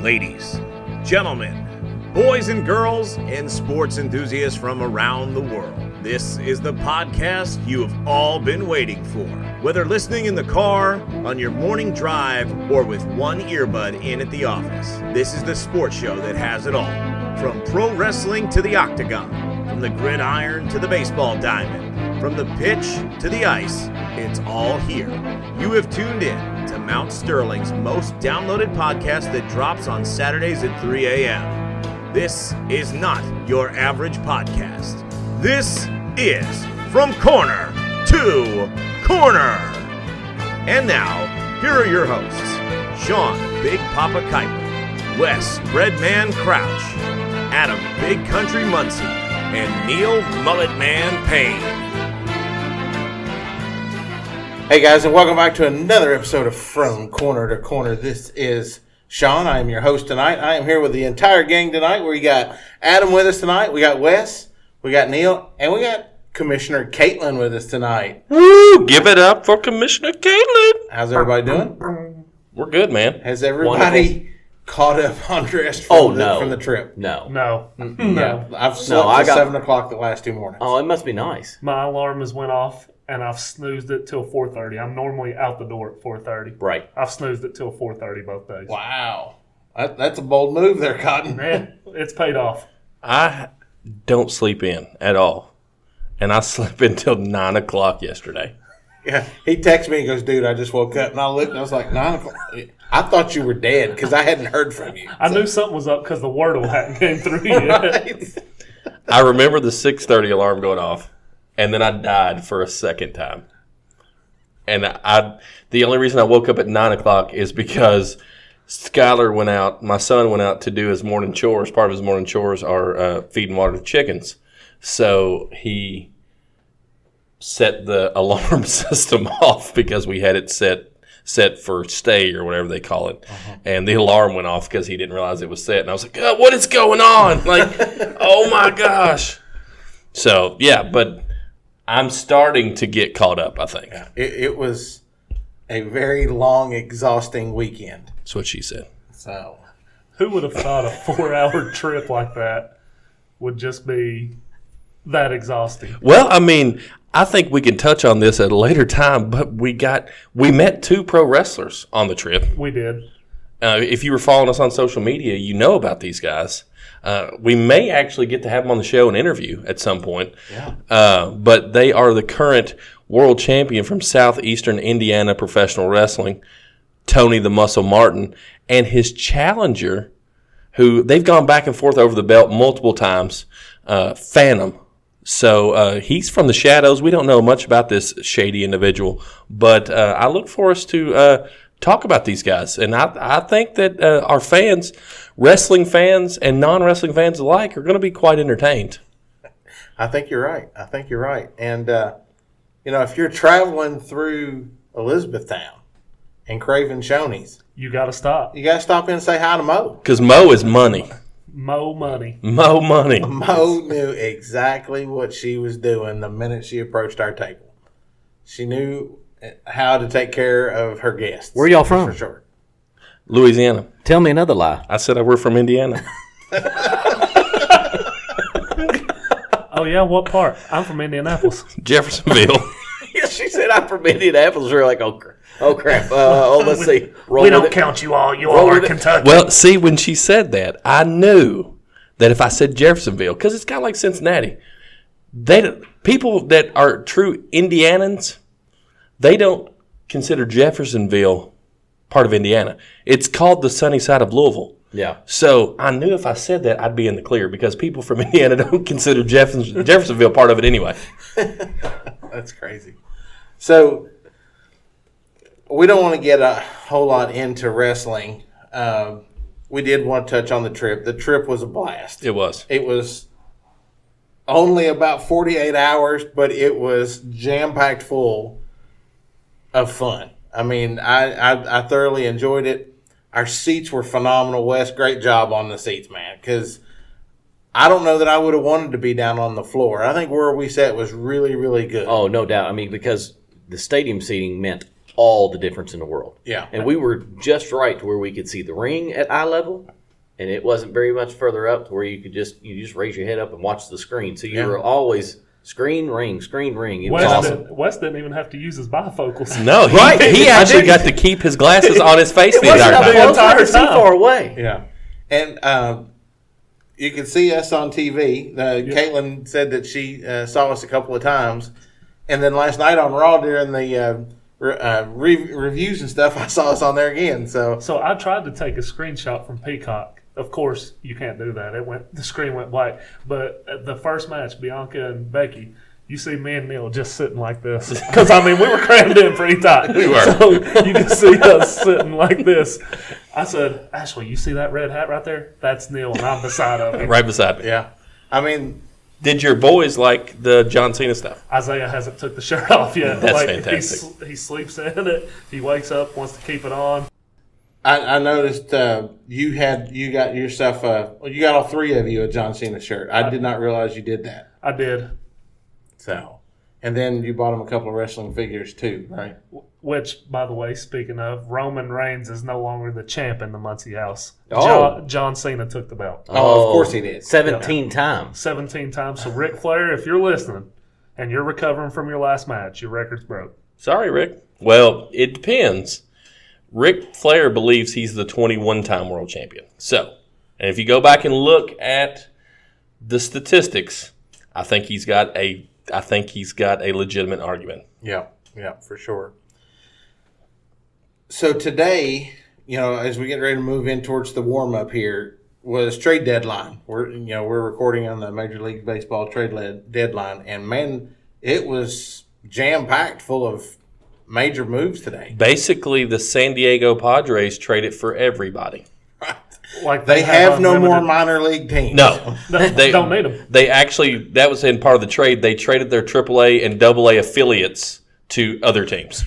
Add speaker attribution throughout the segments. Speaker 1: Ladies, gentlemen, boys and girls, and sports enthusiasts from around the world, this is the podcast you have all been waiting for. Whether listening in the car, on your morning drive, or with one earbud in at the office, this is the sports show that has it all. From pro wrestling to the octagon, from the gridiron to the baseball diamond, from the pitch to the ice, it's all here. You have tuned in to Mount Sterling's most downloaded podcast that drops on Saturdays at 3 a.m. This is not your average podcast. This is From Corner to Corner. And now, here are your hosts Sean Big Papa Kuiper, Wes Breadman Crouch, Adam Big Country Muncie, and Neil Mulletman Payne.
Speaker 2: Hey guys, and welcome back to another episode of From Corner to Corner. This is Sean. I am your host tonight. I am here with the entire gang tonight. We got Adam with us tonight. We got Wes. We got Neil, and we got Commissioner Caitlin with us tonight.
Speaker 3: Woo! Give it up for Commissioner Caitlin.
Speaker 2: How's everybody doing?
Speaker 3: We're good, man.
Speaker 2: Has everybody caught up on dress from,
Speaker 4: Oh,
Speaker 2: the,
Speaker 4: no.
Speaker 2: from the trip?
Speaker 4: No.
Speaker 5: No.
Speaker 2: No, I've slept
Speaker 4: I
Speaker 2: till
Speaker 4: got-
Speaker 2: seven o'clock the last two mornings.
Speaker 4: Oh, it must be nice.
Speaker 5: My alarm has went off and I've snoozed it till 4:30. I'm normally out the door at 4:30.
Speaker 4: Right.
Speaker 5: I've snoozed it till 4:30 both days.
Speaker 2: Wow, that, that's a bold move there, Cotton.
Speaker 5: Man, it's paid off.
Speaker 3: I don't sleep in at all, and I slept until nine o'clock yesterday.
Speaker 2: Yeah, he texts me and goes, "Dude, I just woke up," and I looked and I was like, nine o'clock. I thought you were dead because I hadn't heard from you.
Speaker 5: I knew something was up because the wordle hadn't came through yet.
Speaker 3: I remember the six thirty alarm going off, and then I died for a second time. And I, the only reason I woke up at nine o'clock is because Skylar went out. My son went out to do his morning chores. Part of his morning chores are uh, feed and water the chickens. So he set the alarm system off because we had it set set for stay or whatever they call it. And the alarm went off because he didn't realize it was set. And I was like, "God, what is going on? Like, oh my gosh. So yeah, but I'm starting to get caught up, I think.
Speaker 2: It, it was a very long, exhausting weekend.
Speaker 3: That's what she said.
Speaker 2: So
Speaker 5: Who would have thought a four-hour trip like that would just be that exhausting?
Speaker 3: Well, I mean, I think we can touch on this at a later time, but we got we met two pro wrestlers on the trip.
Speaker 5: We did.
Speaker 3: Uh, if you were following us on social media, you know about these guys. Uh, we may actually get to have them on the show and interview at some point. Yeah. Uh, but they are the current world champion from Southeastern Indiana professional wrestling, Tony the Muscle Martin, and his challenger, who they've gone back and forth over the belt multiple times, uh, Phantom. So uh, he's from the shadows. We don't know much about this shady individual, but uh, I look for us to uh, talk about these guys. And I, I think that uh, our fans, wrestling fans and non wrestling fans alike, are going to be quite entertained.
Speaker 2: I think you're right. I think you're right. And uh, you know, if you're traveling through Elizabethtown and Craven Shoney's,
Speaker 5: You got to stop.
Speaker 2: you gotta stop in and say hi to Mo.
Speaker 3: Because Mo is money.
Speaker 5: Mo money.
Speaker 3: Mo money.
Speaker 2: Mo knew exactly what she was doing the minute she approached our table. She knew eh, how to take care of her guests.
Speaker 4: Where y'all from?
Speaker 2: For sure.
Speaker 3: Louisiana.
Speaker 4: Tell me another lie.
Speaker 3: I said I were from Indiana.
Speaker 5: Oh yeah, what part? I'm from Indianapolis.
Speaker 3: Jeffersonville.
Speaker 4: Yeah, she said I'm from Indianapolis. We're like, oh, cr- oh crap. Uh, oh, let's see. Roll
Speaker 5: we
Speaker 4: with
Speaker 5: don't
Speaker 4: it.
Speaker 5: count you all. You all are
Speaker 4: with it.
Speaker 5: Kentucky.
Speaker 3: well, see, when she said that, I knew that if I said Jeffersonville, because it's kind of like Cincinnati, they don't- people that are true Indianans, they don't consider Jeffersonville part of Indiana. It's called the sunny side of Louisville.
Speaker 4: Yeah.
Speaker 3: So I knew if I said that, I'd be in the clear because people from Indiana don't consider Jeffers- Jeffersonville part of it anyway.
Speaker 2: That's crazy. So we don't want to get a whole lot into wrestling. Um, we did want to touch on the trip. The trip was a blast.
Speaker 3: It was.
Speaker 2: It was only about 48 hours, but it was jam packed full of fun. I mean, I, I, I thoroughly enjoyed it. Our seats were phenomenal, Wes. Great job on the seats, man. Because I don't know that I would have wanted to be down on the floor. I think where we sat was really, really good.
Speaker 4: Oh, no doubt. I mean, because the stadium seating meant all the difference in the world.
Speaker 2: Yeah.
Speaker 4: And we were just right to where we could see the ring at eye level and it wasn't very much further up to where you could just you just raise your head up and watch the screen. So you
Speaker 2: Yeah.
Speaker 4: were always screen ring, screen ring. It was
Speaker 5: Wes,
Speaker 4: awesome.
Speaker 5: didn't, Wes didn't even have to use his bifocals.
Speaker 3: No, he,
Speaker 4: Right,
Speaker 3: he
Speaker 4: I
Speaker 3: actually
Speaker 4: didn't.
Speaker 3: got to keep his glasses on his face the
Speaker 4: It wasn't
Speaker 3: entire
Speaker 4: up
Speaker 3: time.
Speaker 4: close,
Speaker 5: entire
Speaker 4: I could see
Speaker 5: time.
Speaker 4: far away.
Speaker 2: Yeah, and um, you can see us on TV. Uh, Caitlin said that she uh, saw us a couple of times, and then last night on Raw during the uh, re- uh, re- reviews and stuff, I saw us on there again. So
Speaker 5: So I tried to take a screenshot from Peacock. Of course, you can't do that. It went the screen went black. But at the first match, Bianca and Becky, you see me and Neil just sitting like this because I mean we were crammed in pretty tight. We
Speaker 3: were.
Speaker 5: So you can see us sitting like this. I said, Ashley, you see that red hat right there? That's Neil, and I'm beside of him.
Speaker 3: Right beside me.
Speaker 2: yeah, I mean,
Speaker 3: Did your boys like the John Cena stuff?
Speaker 5: Isaiah hasn't took the shirt off yet.
Speaker 3: That's
Speaker 5: like, He,
Speaker 3: fantastic.
Speaker 5: s- he sleeps in it. He wakes up, wants to keep it on.
Speaker 2: I, I noticed uh, you had you got yourself a well, you got all three of you a John Cena shirt. I did not realize you did that.
Speaker 5: I did.
Speaker 2: So, and then you bought him a couple of wrestling figures too, right?
Speaker 5: Which, by the way, speaking of, Roman Reigns is no longer the champ in the Muncie house.
Speaker 4: Oh.
Speaker 5: John, John Cena took the belt
Speaker 2: Oh, of course he did.
Speaker 4: Seventeen times.
Speaker 5: 17 times. So, Ric Flair, if you're listening and you're recovering from your last match, your record's broke.
Speaker 3: Sorry, Rick. Well, it depends. Rick Flair believes he's the 21 time world champion. So, and if you go back and look at the statistics, I think he's got a I think he's got a legitimate argument.
Speaker 2: Yeah, yeah, for sure. So today, you know, as we get ready to move in towards the warm up here, was trade deadline. We're you know we're recording on the Major League Baseball trade led deadline, and man, it was jam packed full of major moves today.
Speaker 3: Basically, the San Diego Padres traded for everybody.
Speaker 5: Like
Speaker 2: They have no more
Speaker 5: unlimited-
Speaker 2: minor league teams.
Speaker 3: No,
Speaker 5: They,
Speaker 3: They-
Speaker 5: don't need them.
Speaker 3: they actually that was in part of the trade. They traded their AAA and AA affiliates to other teams.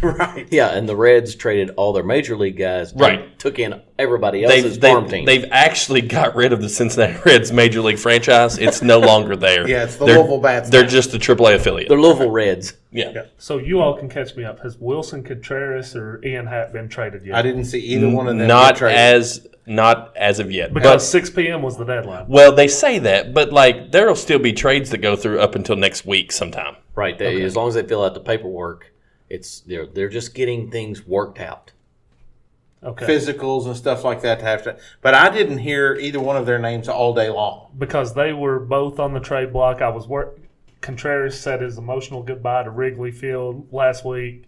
Speaker 4: Yeah, and the Reds traded all their major league guys. and
Speaker 3: Right.
Speaker 4: Took in everybody else's
Speaker 3: They've,
Speaker 4: farm
Speaker 3: they've,
Speaker 4: team.
Speaker 3: they've actually got rid of the Cincinnati Reds major league franchise. It's no longer there.
Speaker 2: Yeah, it's the
Speaker 3: they're,
Speaker 2: Louisville Bats
Speaker 3: They're
Speaker 2: now.
Speaker 3: just a AAA affiliate.
Speaker 4: the Louisville Reds.
Speaker 3: Yeah.
Speaker 5: So, you all can catch me up. Has Wilson Contreras or Ian Hatt been traded yet?
Speaker 2: I didn't see either one of them. get
Speaker 3: Not
Speaker 2: traded.
Speaker 3: as not as of yet.
Speaker 5: because
Speaker 3: But
Speaker 5: 6 p.m. was the deadline.
Speaker 3: well, they say that, but like there'll still be trades that go through up until next week sometime.
Speaker 4: Right. They, As long as they fill out the paperwork, it's they're they're just getting things worked out.
Speaker 5: Okay.
Speaker 2: physicals and stuff like that to have to. But I didn't hear either one of their names all day long.
Speaker 5: because they were both on the trade block. I was work. Contreras said his emotional goodbye to Wrigley Field last week.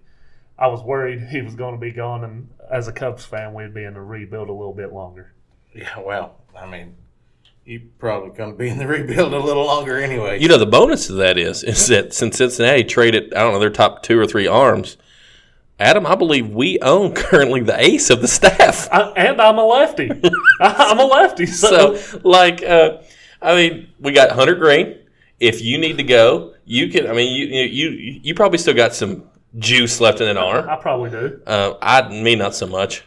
Speaker 5: I was worried he was going to be gone, and as a Cubs fan, we'd be in a rebuild a little bit longer.
Speaker 2: Yeah, well, I mean, you probably going to be in the rebuild a little longer anyway.
Speaker 3: You know, the bonus of that is is that since Cincinnati traded, I don't know, their top two or three arms. Adam, I believe we own currently the ace of the staff.
Speaker 5: I, and I'm a lefty. I'm a lefty. So,
Speaker 3: So, like, uh, I mean, we got Hunter Green. If you need to go, you can. I mean, you you you, you probably still got some juice left in an arm.
Speaker 5: I probably do.
Speaker 3: Uh, I me not so much.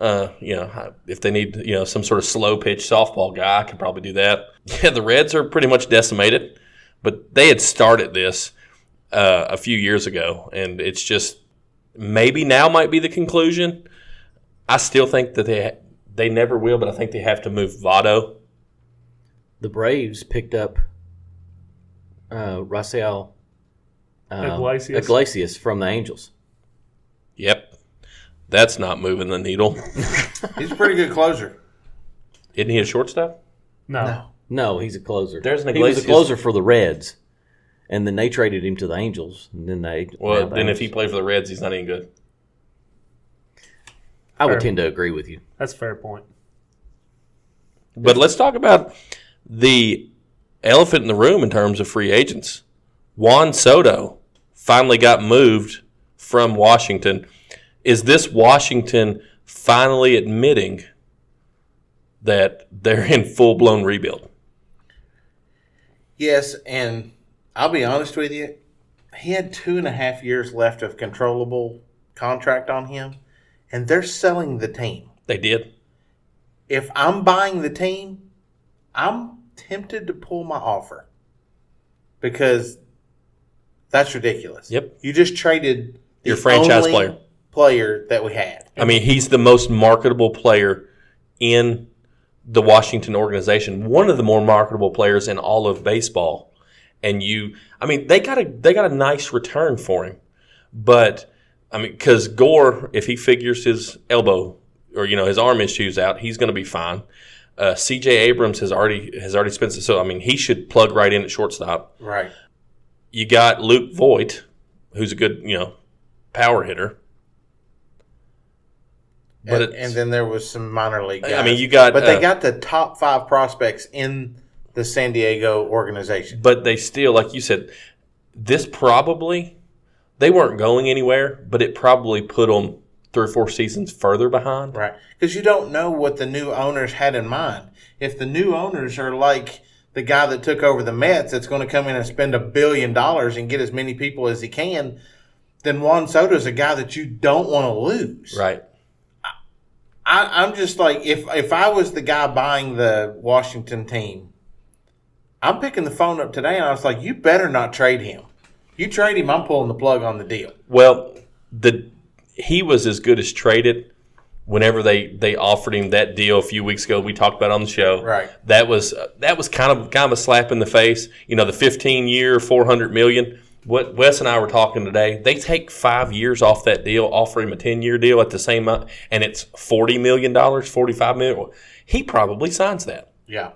Speaker 3: Uh, you know, I- if they need you know some sort of slow pitch softball guy, I could probably do that. Yeah, the Reds are pretty much decimated, but they had started this uh, a few years ago, and it's just maybe now might be the conclusion. I still think that they they never will, but I think they have to move Votto
Speaker 4: The Braves picked up uh, Rafael uh,
Speaker 5: Iglesias.
Speaker 4: Iglesias from the Angels.
Speaker 3: Yep. That's not moving the needle.
Speaker 2: He's a pretty good closer.
Speaker 3: Isn't he a shortstop?
Speaker 5: No.
Speaker 4: No, he's a closer.
Speaker 3: There's an
Speaker 4: he was
Speaker 3: Iglesias.
Speaker 4: a closer for the Reds, and then they traded him to the Angels, and then they.
Speaker 3: Well,
Speaker 4: now the
Speaker 3: then if he
Speaker 4: Angels.
Speaker 3: played for the Reds, he's not any good.
Speaker 4: I would
Speaker 5: Fair.
Speaker 4: tend to agree with you.
Speaker 5: that's a fair point.
Speaker 3: But let's talk about the elephant in the room in terms of free agents. Juan Soto finally got moved from Washington. Is this Washington finally admitting that they're in full blown rebuild?
Speaker 2: Yes, and I'll be honest with you, he had two and a half years left of controllable contract on him, and they're selling the team.
Speaker 3: They did.
Speaker 2: If I'm buying the team, I'm tempted to pull my offer because that's ridiculous.
Speaker 3: Yep.
Speaker 2: You just traded the
Speaker 3: Your franchise
Speaker 2: only
Speaker 3: player.
Speaker 2: player that we had.
Speaker 3: I mean, he's the most marketable player in the Washington organization, one of the more marketable players in all of baseball, and you, I mean, they got a they got a nice return for him, but I mean, because Gore, if he figures his elbow or you know his arm issues out, he's going to be fine. Uh, C.J. Abrams has already has already spent so I mean he should plug right in at shortstop.
Speaker 2: Right.
Speaker 3: You got Luke Voigt, who's a good you know power hitter. But
Speaker 2: and,
Speaker 3: it's-
Speaker 2: and then there was some minor league.
Speaker 3: I mean,
Speaker 2: guys.
Speaker 3: you got
Speaker 2: but they
Speaker 3: uh,
Speaker 2: got the top five prospects in the San Diego organization.
Speaker 3: but they still, like you said, this probably they weren't going anywhere, but it probably put them three or four seasons further behind.
Speaker 2: Right. Because you don't know what the new owners had in mind. If the new owners are like the guy that took over the Mets that's going to come in and spend a billion dollars and get as many people as he can, then Juan Soto's a guy that you don't want to lose.
Speaker 3: Right.
Speaker 2: I, I'm just like if if I was the guy buying the Washington team, I'm picking the phone up today and I was like, you better not trade him. You trade him, I'm pulling the plug on the deal.
Speaker 3: Well, the he was as good as traded. Whenever they they offered him that deal a few weeks ago, we talked about it on the show.
Speaker 2: Right.
Speaker 3: That was that was kind of kind of a slap in the face. You know, the 15 year, 400 million. What Wes and I were talking today, they take five years off that deal, offer him a 10 year deal at the same, mo- and it's 40 million dollars, 45 million. He probably signs that.
Speaker 2: Yeah.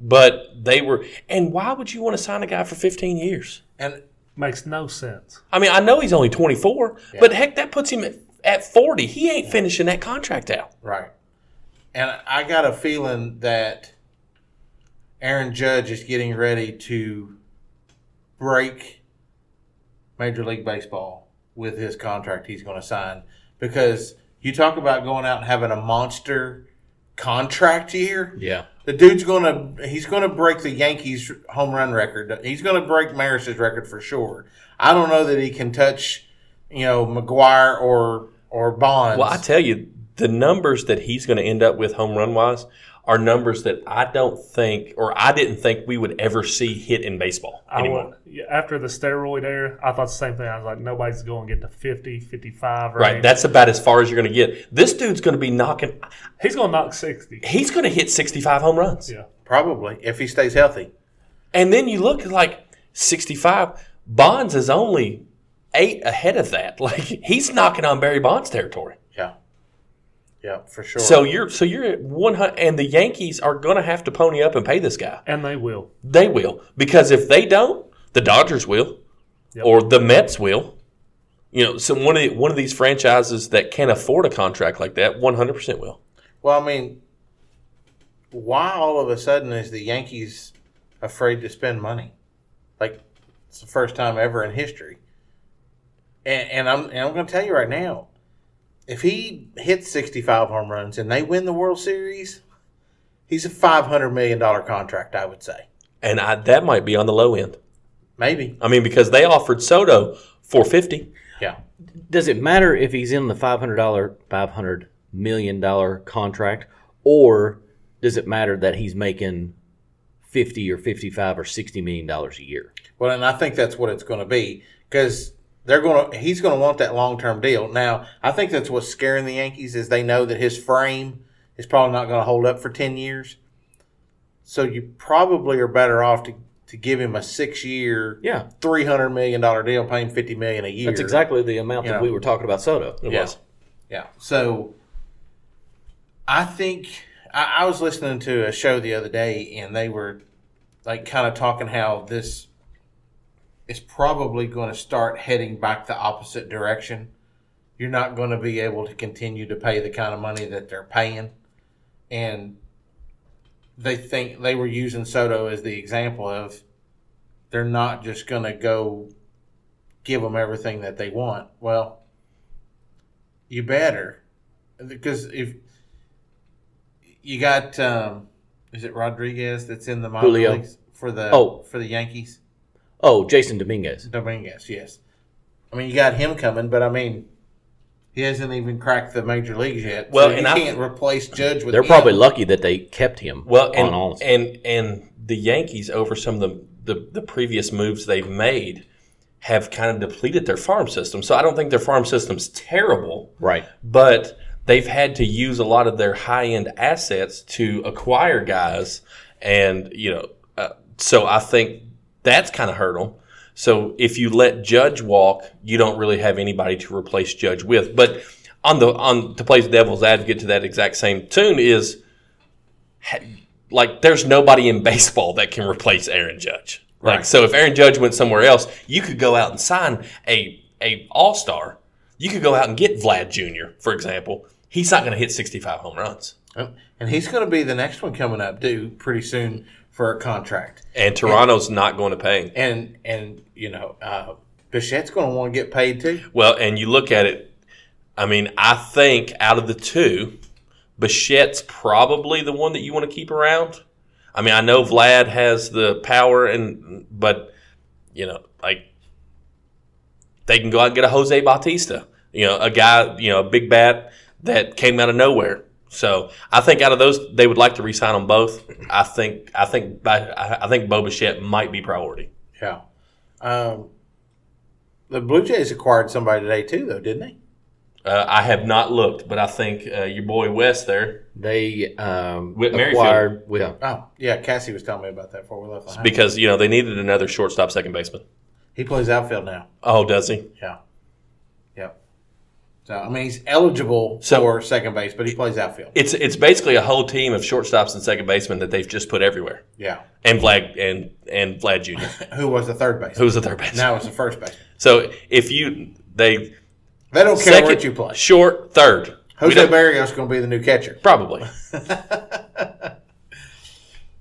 Speaker 3: But they were, and why would you want to sign a guy for 15 years?
Speaker 2: And
Speaker 5: Makes no sense.
Speaker 3: I mean, I know he's only 24, but heck, that puts him at, at 40. He ain't finishing that contract out.
Speaker 2: Right. And I got a feeling that Aaron Judge is getting ready to break Major League Baseball with his contract he's going to sign because you talk about going out and having a monster contract year.
Speaker 4: Yeah.
Speaker 2: The dude's going to he's going to break the Yankees home run record. He's going to break Maris's record for sure. I don't know that he can touch, you know, McGuire or or Bonds.
Speaker 3: Well, I tell you, the numbers that he's going to end up with home run wise are numbers that I don't think, or I didn't think we would ever see hit in baseball
Speaker 5: I
Speaker 3: anymore.
Speaker 5: wa- yeah, after the steroid era, I thought the same thing. I was like, nobody's going to get to 50, 55. Range.
Speaker 3: Right, that's about as far as you're going to get. This dude's going to be knocking.
Speaker 5: He's going to knock 60.
Speaker 3: He's going to hit 65 home runs,
Speaker 5: Yeah.
Speaker 2: Probably, if he stays healthy.
Speaker 3: and then you look like 65. Bonds is only eight ahead of that. Like he's knocking on Barry Bonds territory.
Speaker 2: Yeah. Yeah, for sure.
Speaker 3: So you're so you're at one hundred, and the Yankees are going to have to pony up and pay this guy.
Speaker 5: And they will.
Speaker 3: They will because if they don't, the Dodgers will,
Speaker 5: Yep.
Speaker 3: or the Mets will. You know, so one of the, one of these franchises that can afford a contract like that, one hundred percent will.
Speaker 2: well, I mean, why all of a sudden is the Yankees afraid to spend money? Like, it's the first time ever in history. And, and I'm and I'm going to tell you right now, if he hits 65 home runs and they win the World Series, he's a 500 million dollar contract. I would say
Speaker 3: And I, that might be on the low end.
Speaker 2: maybe.
Speaker 3: I mean, because they offered Soto four fifty.
Speaker 2: Yeah,
Speaker 4: Does it matter if he's in the five hundred dollar, five hundred million dollar contract, or does it matter that he's making fifty or fifty five or sixty million dollars a year?
Speaker 2: Well, and I think that's what it's going to be because they're going to he's going to want that long term deal. Now, I think that's what's scaring the Yankees is they know that his frame is probably not going to hold up for ten years. So you probably are better off to to give him a six year,
Speaker 4: Yeah,
Speaker 2: three hundred million dollar deal, pay him fifty million a year.
Speaker 4: that's exactly the amount
Speaker 2: Yeah.
Speaker 4: that we were talking about Soto.
Speaker 3: It
Speaker 2: Yeah.
Speaker 3: was.
Speaker 2: Yeah. So I think I, I was listening to a show the other day and they were like kind of talking how this is probably going to start heading back the opposite direction. You're not going to be able to continue to pay the kind of money that they're paying. And they think they were using Soto as the example of they're not just going to go give them everything that they want. Well, you better, because if you got, um, is it Rodriguez that's in the minor
Speaker 4: Julio.
Speaker 2: leagues for the
Speaker 4: Oh.
Speaker 2: for the Yankees?
Speaker 4: Oh, Jason Dominguez.
Speaker 2: Dominguez, yes. I mean, you got him coming, but I mean, he hasn't even cracked the major leagues yet.
Speaker 3: Well,
Speaker 2: so
Speaker 3: and
Speaker 2: you
Speaker 3: I-
Speaker 2: can't replace Judge with
Speaker 4: They're
Speaker 2: him.
Speaker 4: probably lucky that they kept him.
Speaker 3: Well, and
Speaker 4: on all.
Speaker 3: and and the Yankees over some of the, the the previous moves they've made have kind of depleted their farm system. So I don't think their farm system's terrible,
Speaker 4: right.
Speaker 3: but they've had to use a lot of their high end assets to acquire guys, and you know, uh, so I think that's kind of hurt them. So if you let Judge walk, you don't really have anybody to replace Judge with. But on the on to play devil's advocate to that exact same tune is ha- like there's nobody in baseball that can replace Aaron Judge. Like
Speaker 2: Right.
Speaker 3: so, if Aaron Judge went somewhere else, you could go out and sign a a All Star. You could go out and get Vlad Jr. for example. He's not going to hit 65 home runs.
Speaker 2: Oh, And he's going to be the next one coming up due pretty soon for a contract.
Speaker 3: And Toronto's not going to pay him.
Speaker 2: And and you know, uh, Bichette's going to want to get paid too.
Speaker 3: Well, and you look at it, I mean, I think out of the two, Bichette's probably the one that you want to keep around. I mean, I know Vlad has the power, and but you know, like they can go out and get a Jose Bautista, you know, a guy, you know, a big bat that came out of nowhere. So I think out of those, they would like to re-sign them both. I think, I think, I I think Bo Bichette might be priority.
Speaker 2: Yeah. Um, the Blue Jays acquired somebody today too, though, didn't they?
Speaker 3: Uh, I have not looked, but I think uh, your boy West there
Speaker 4: They um,
Speaker 3: Whit Merrifield.
Speaker 4: acquired. Well,
Speaker 2: Oh, yeah. Cassie was telling me about that before we left. the house.
Speaker 3: because you know they needed another shortstop, second baseman.
Speaker 2: He plays outfield now.
Speaker 3: Oh, does he?
Speaker 2: Yeah. Yep. So I mean, he's eligible
Speaker 3: So-
Speaker 2: for second base, but he plays outfield.
Speaker 3: It's it's basically a whole team of shortstops and second basemen that they've just put everywhere.
Speaker 2: Yeah.
Speaker 3: And Vlad and and Vlad Jr.
Speaker 2: Who was the third base?
Speaker 3: Who's the third baseman?
Speaker 2: Now it's the first base.
Speaker 3: So if you they
Speaker 2: They don't care
Speaker 3: second
Speaker 2: what you play.
Speaker 3: short third We
Speaker 2: Jose
Speaker 3: don't-
Speaker 2: Barrios going to be the new catcher.
Speaker 3: probably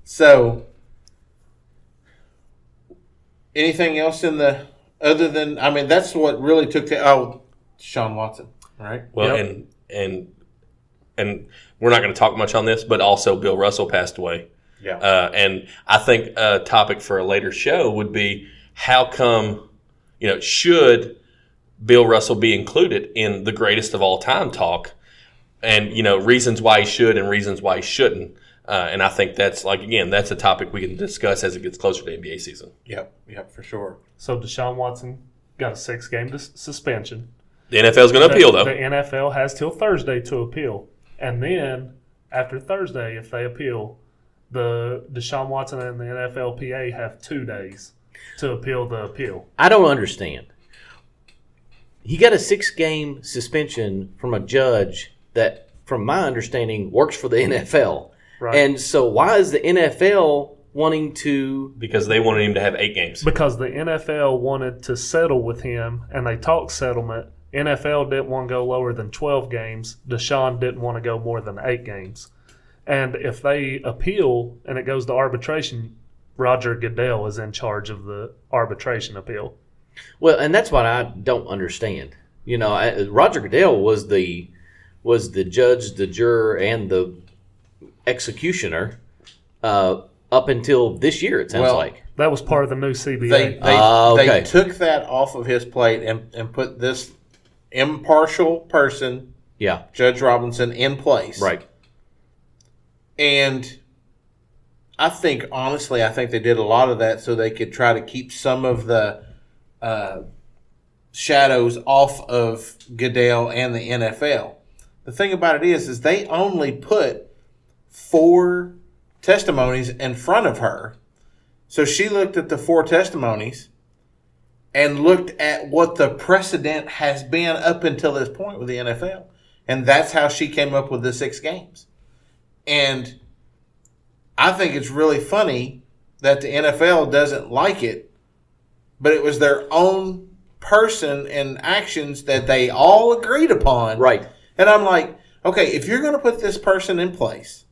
Speaker 2: So, anything else in the other than I mean that's what really took the oh Sean Watson right
Speaker 3: well
Speaker 5: Yep.
Speaker 3: and and and we're not going to talk much on this, but also Bill Russell passed away.
Speaker 2: yeah
Speaker 3: Uh, and I think a topic for a later show would be how come, you know, should Bill Russell be included in the greatest of all time talk and, you know, reasons why he should and reasons why he shouldn't. Uh, and I think that's like, again, that's a topic we can discuss as it gets closer to NBA season.
Speaker 2: yep yep for sure
Speaker 5: So Deshaun Watson got a six game dis- suspension.
Speaker 3: The NFL's going to appeal,
Speaker 5: the,
Speaker 3: though.
Speaker 5: The NFL has till Thursday to appeal, and then after Thursday, if they appeal, the Deshaun Watson and the NFLPA have two days to appeal the appeal.
Speaker 4: I don't understand. He got a six game suspension from a judge that, from my understanding, works for the NFL.
Speaker 5: Right.
Speaker 4: And so, why is the NFL wanting to?
Speaker 3: Because they wanted him to have eight games.
Speaker 5: Because the NFL wanted to settle with him, and they talked settlement. NFL didn't want to go lower than 12 games. Deshaun didn't want to go more than eight games. And if they appeal and it goes to arbitration, Roger Goodell is in charge of the arbitration appeal.
Speaker 4: Well, and that's what I don't understand. You know, I- Roger Goodell was the was the judge, the juror, and the executioner uh, up until this year. It sounds
Speaker 2: Well,
Speaker 4: like
Speaker 5: That was part of the new CBA.
Speaker 2: they they,
Speaker 4: Ah, okay.
Speaker 2: they took that off of his plate and and put this impartial person
Speaker 4: yeah,
Speaker 2: Judge Robinson in place
Speaker 4: right.
Speaker 2: and I think honestly I think they did a lot of that so they could try to keep some of the uh, shadows off of Goodell and the NFL. The thing about it is, is they only put four testimonies in front of her, so she looked at the four testimonies and looked at what the precedent has been up until this point with the NFL, and that's how she came up with the six games. And I think it's really funny that the NFL doesn't like it, but it was their own person and actions that they all agreed upon.
Speaker 4: Right.
Speaker 2: And I'm like, okay, if you're going to put this person in place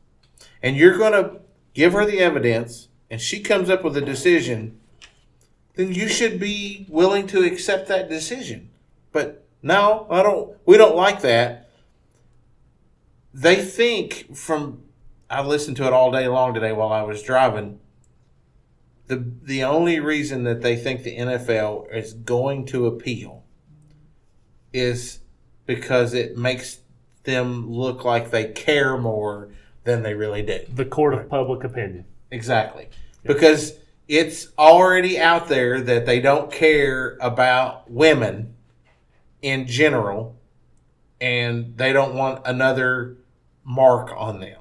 Speaker 2: and you're going to give her the evidence and she comes up with a decision, then you should be willing to accept that decision. But no, I don't we don't like that they think from I listened to it all day long today while I was driving. The the only reason that they think the NFL is going to appeal is because it makes them look like they care more than they really do.
Speaker 5: the court of public opinion.
Speaker 2: Exactly. Because it's already out there that they don't care about women in general. and they don't want another mark on them.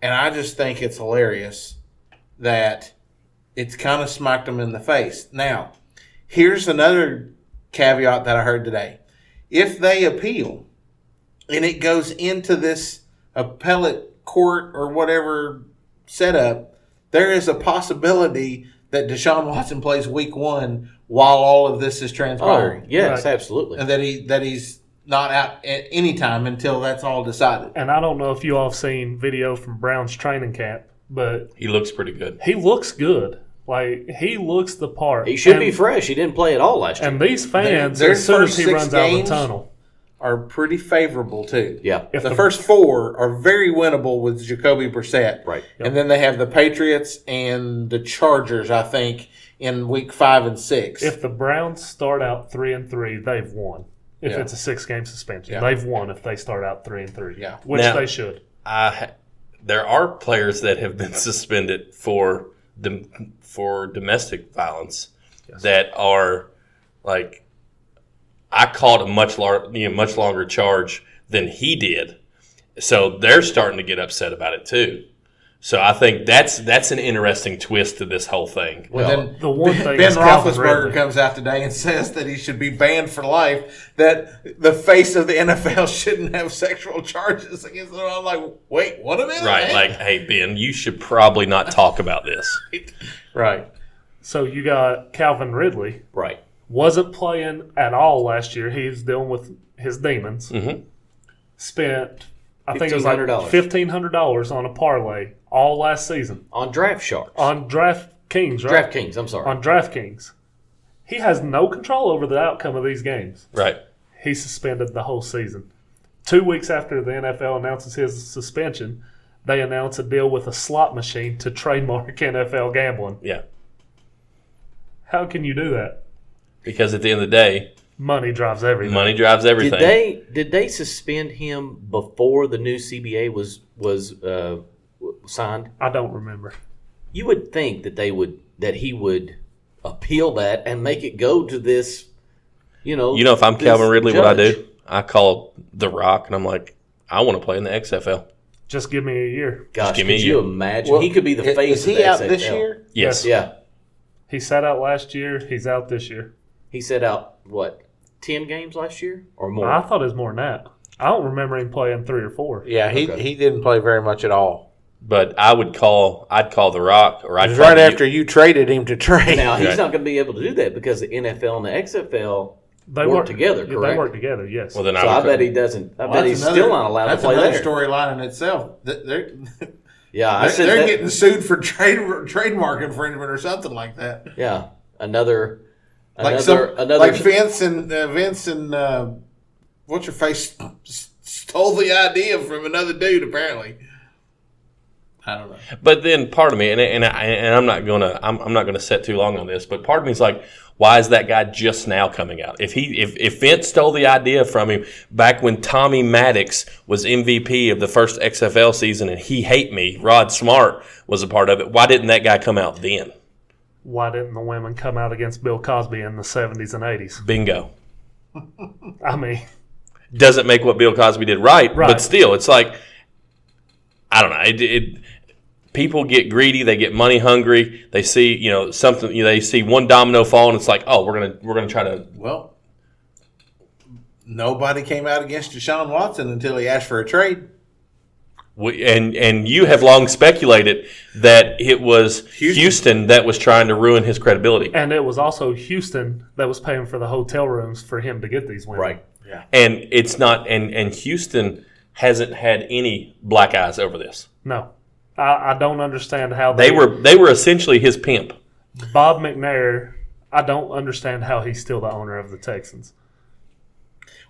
Speaker 2: And I just think it's hilarious that it's kind of smacked them in the face. Now, here's another caveat that I heard today. If they appeal and it goes into this appellate court or whatever setup, there is a possibility that Deshaun Watson plays week one while all of this is
Speaker 4: Oh,
Speaker 2: transpiring.
Speaker 4: yes,
Speaker 5: Right.
Speaker 4: absolutely.
Speaker 2: And that he that he's not out at any time until that's all decided.
Speaker 5: And I don't know if you all have seen video from Brown's training camp, but
Speaker 3: He looks pretty good.
Speaker 5: he looks good. Like he looks the part.
Speaker 4: He should
Speaker 5: and,
Speaker 4: be fresh. He didn't play at all last year.
Speaker 5: And these fans,
Speaker 2: Their- their
Speaker 5: as soon as
Speaker 2: first
Speaker 5: he
Speaker 2: six
Speaker 5: runs out of the
Speaker 2: games-
Speaker 5: tunnel,
Speaker 2: Are pretty favorable too.
Speaker 4: Yeah.
Speaker 5: if
Speaker 2: The first four are very winnable with Jacoby Brissett.
Speaker 4: Right.
Speaker 2: And then they have the Patriots and the Chargers, I think, in week five and six.
Speaker 5: if the Browns start out three and three, they've won. If
Speaker 2: Yeah.
Speaker 5: it's a six game suspension,
Speaker 2: Yeah.
Speaker 5: they've won if they start out three and three.
Speaker 2: Yeah.
Speaker 5: Which
Speaker 3: Now-
Speaker 5: they should.
Speaker 3: I, there are players that have been suspended for dom- for domestic violence that are like I caught a much lar- you know, much longer charge than he did, so they're starting to get upset about it too. So I think that's that's an interesting twist to this whole thing.
Speaker 2: well, then
Speaker 5: The one thing
Speaker 2: Ben
Speaker 5: is Calvin
Speaker 2: Roethlisberger
Speaker 5: Ridley.
Speaker 2: comes out today and says that he should be banned for life. That the face of the NFL shouldn't have sexual charges against him. I'm like, wait, what a minute,
Speaker 3: Right,
Speaker 2: man.
Speaker 3: like, hey Ben, you should probably not talk about this.
Speaker 2: right.
Speaker 5: So you got Calvin Ridley
Speaker 4: Right.
Speaker 5: wasn't playing at all last year. He's dealing with his demons.
Speaker 3: Mhm.
Speaker 5: Spent I think it was like
Speaker 4: $1,500.
Speaker 5: fifteen hundred dollars on a parlay all last season
Speaker 4: On Draft Sharks.
Speaker 5: on DraftKings, right?
Speaker 4: DraftKings, I'm sorry.
Speaker 5: On DraftKings, he has no control over the outcome of these games.
Speaker 3: Right.
Speaker 5: He's suspended the whole season. Two weeks after the NFL announces his suspension, they announce a deal with a slot machine to trademark NFL gambling.
Speaker 3: Yeah.
Speaker 5: How can you do that?
Speaker 3: Because at the end of the day,
Speaker 5: Money drives everything.
Speaker 3: money drives
Speaker 4: did
Speaker 3: everything.
Speaker 4: they did they suspend him before the new CBA was was uh, w- signed?
Speaker 5: I don't remember.
Speaker 4: You would think that they would that he would appeal that and make it go to this, you know.
Speaker 3: You know, if I'm
Speaker 4: this
Speaker 3: Calvin Ridley, what I
Speaker 4: judge.
Speaker 3: do, I call The Rock and I'm like, I want to play in the XFL.
Speaker 5: Just give me a year.
Speaker 4: Gosh,
Speaker 3: give me
Speaker 4: could
Speaker 3: you.
Speaker 4: you imagine? he could be the face.
Speaker 2: Is
Speaker 4: of
Speaker 2: he
Speaker 4: the
Speaker 2: out this
Speaker 4: XFL.
Speaker 2: year?
Speaker 3: Yes.
Speaker 4: Yeah,
Speaker 5: He sat out last year. He's out this year.
Speaker 4: he set out what ten games last year or more.
Speaker 5: I thought it was more than that. I don't remember him playing three or four.
Speaker 2: Yeah, he
Speaker 4: Okay.
Speaker 2: he didn't play very much at all.
Speaker 3: But I would call, I'd call The Rock or
Speaker 2: It
Speaker 3: I'd
Speaker 2: was
Speaker 3: call
Speaker 2: right
Speaker 3: the-
Speaker 2: after you traded him to trade.
Speaker 4: now he's
Speaker 3: Right.
Speaker 4: not going to be able to do that because the NFL and the XFL.
Speaker 5: They
Speaker 4: Worked together,
Speaker 5: yeah,
Speaker 4: correct?
Speaker 5: They worked together. Yes.
Speaker 3: Well, then
Speaker 4: so
Speaker 3: I
Speaker 4: I
Speaker 3: would.
Speaker 4: bet he doesn't. I bet he's still not allowed to
Speaker 2: that's
Speaker 4: play
Speaker 2: another
Speaker 4: there.
Speaker 2: storyline in itself. Th- They're,
Speaker 4: Yeah, I
Speaker 2: they're,
Speaker 4: said
Speaker 2: they're
Speaker 4: that-
Speaker 2: getting sued for trade trademark infringement or something like that.
Speaker 4: Yeah, another, another,
Speaker 2: Like some,
Speaker 4: another.
Speaker 2: like Vince and uh, Vince and uh, what's your face s- stole the idea from another dude. Apparently, I don't know.
Speaker 3: But then part of me, and, and, I, and I'm not going to, I'm, I'm not going to set too long on this, but part of me is like, why is that guy just now coming out? If he, if, if Vince stole the idea from him back when Tommy Maddox was MVP of the first XFL season and he hate me, Rod Smart was a part of it. Why didn't that guy come out then?
Speaker 5: Why didn't the women come out against Bill Cosby in the seventies and eighties?
Speaker 3: Bingo.
Speaker 5: I mean,
Speaker 3: doesn't make what Bill Cosby did right, but
Speaker 5: Right.
Speaker 3: still, it's like I don't know. It, it people get greedy, they get money hungry. They see you know something, you know, they see one domino fall, and it's like, oh, we're gonna we're gonna try to
Speaker 2: Well, nobody came out against Deshaun Watson until he asked for a trade.
Speaker 3: we, and and you have long speculated that it was Houston.
Speaker 2: Houston.
Speaker 3: that was trying to ruin his credibility,
Speaker 5: and it was also Houston that was paying for the hotel rooms for him to get these women.
Speaker 4: right.
Speaker 3: and it's not and and Houston hasn't had any black eyes over this.
Speaker 5: No, I, I don't understand how
Speaker 3: They were they were essentially his pimp.
Speaker 5: Bob McNair. I don't understand how he's still the owner of the Texans.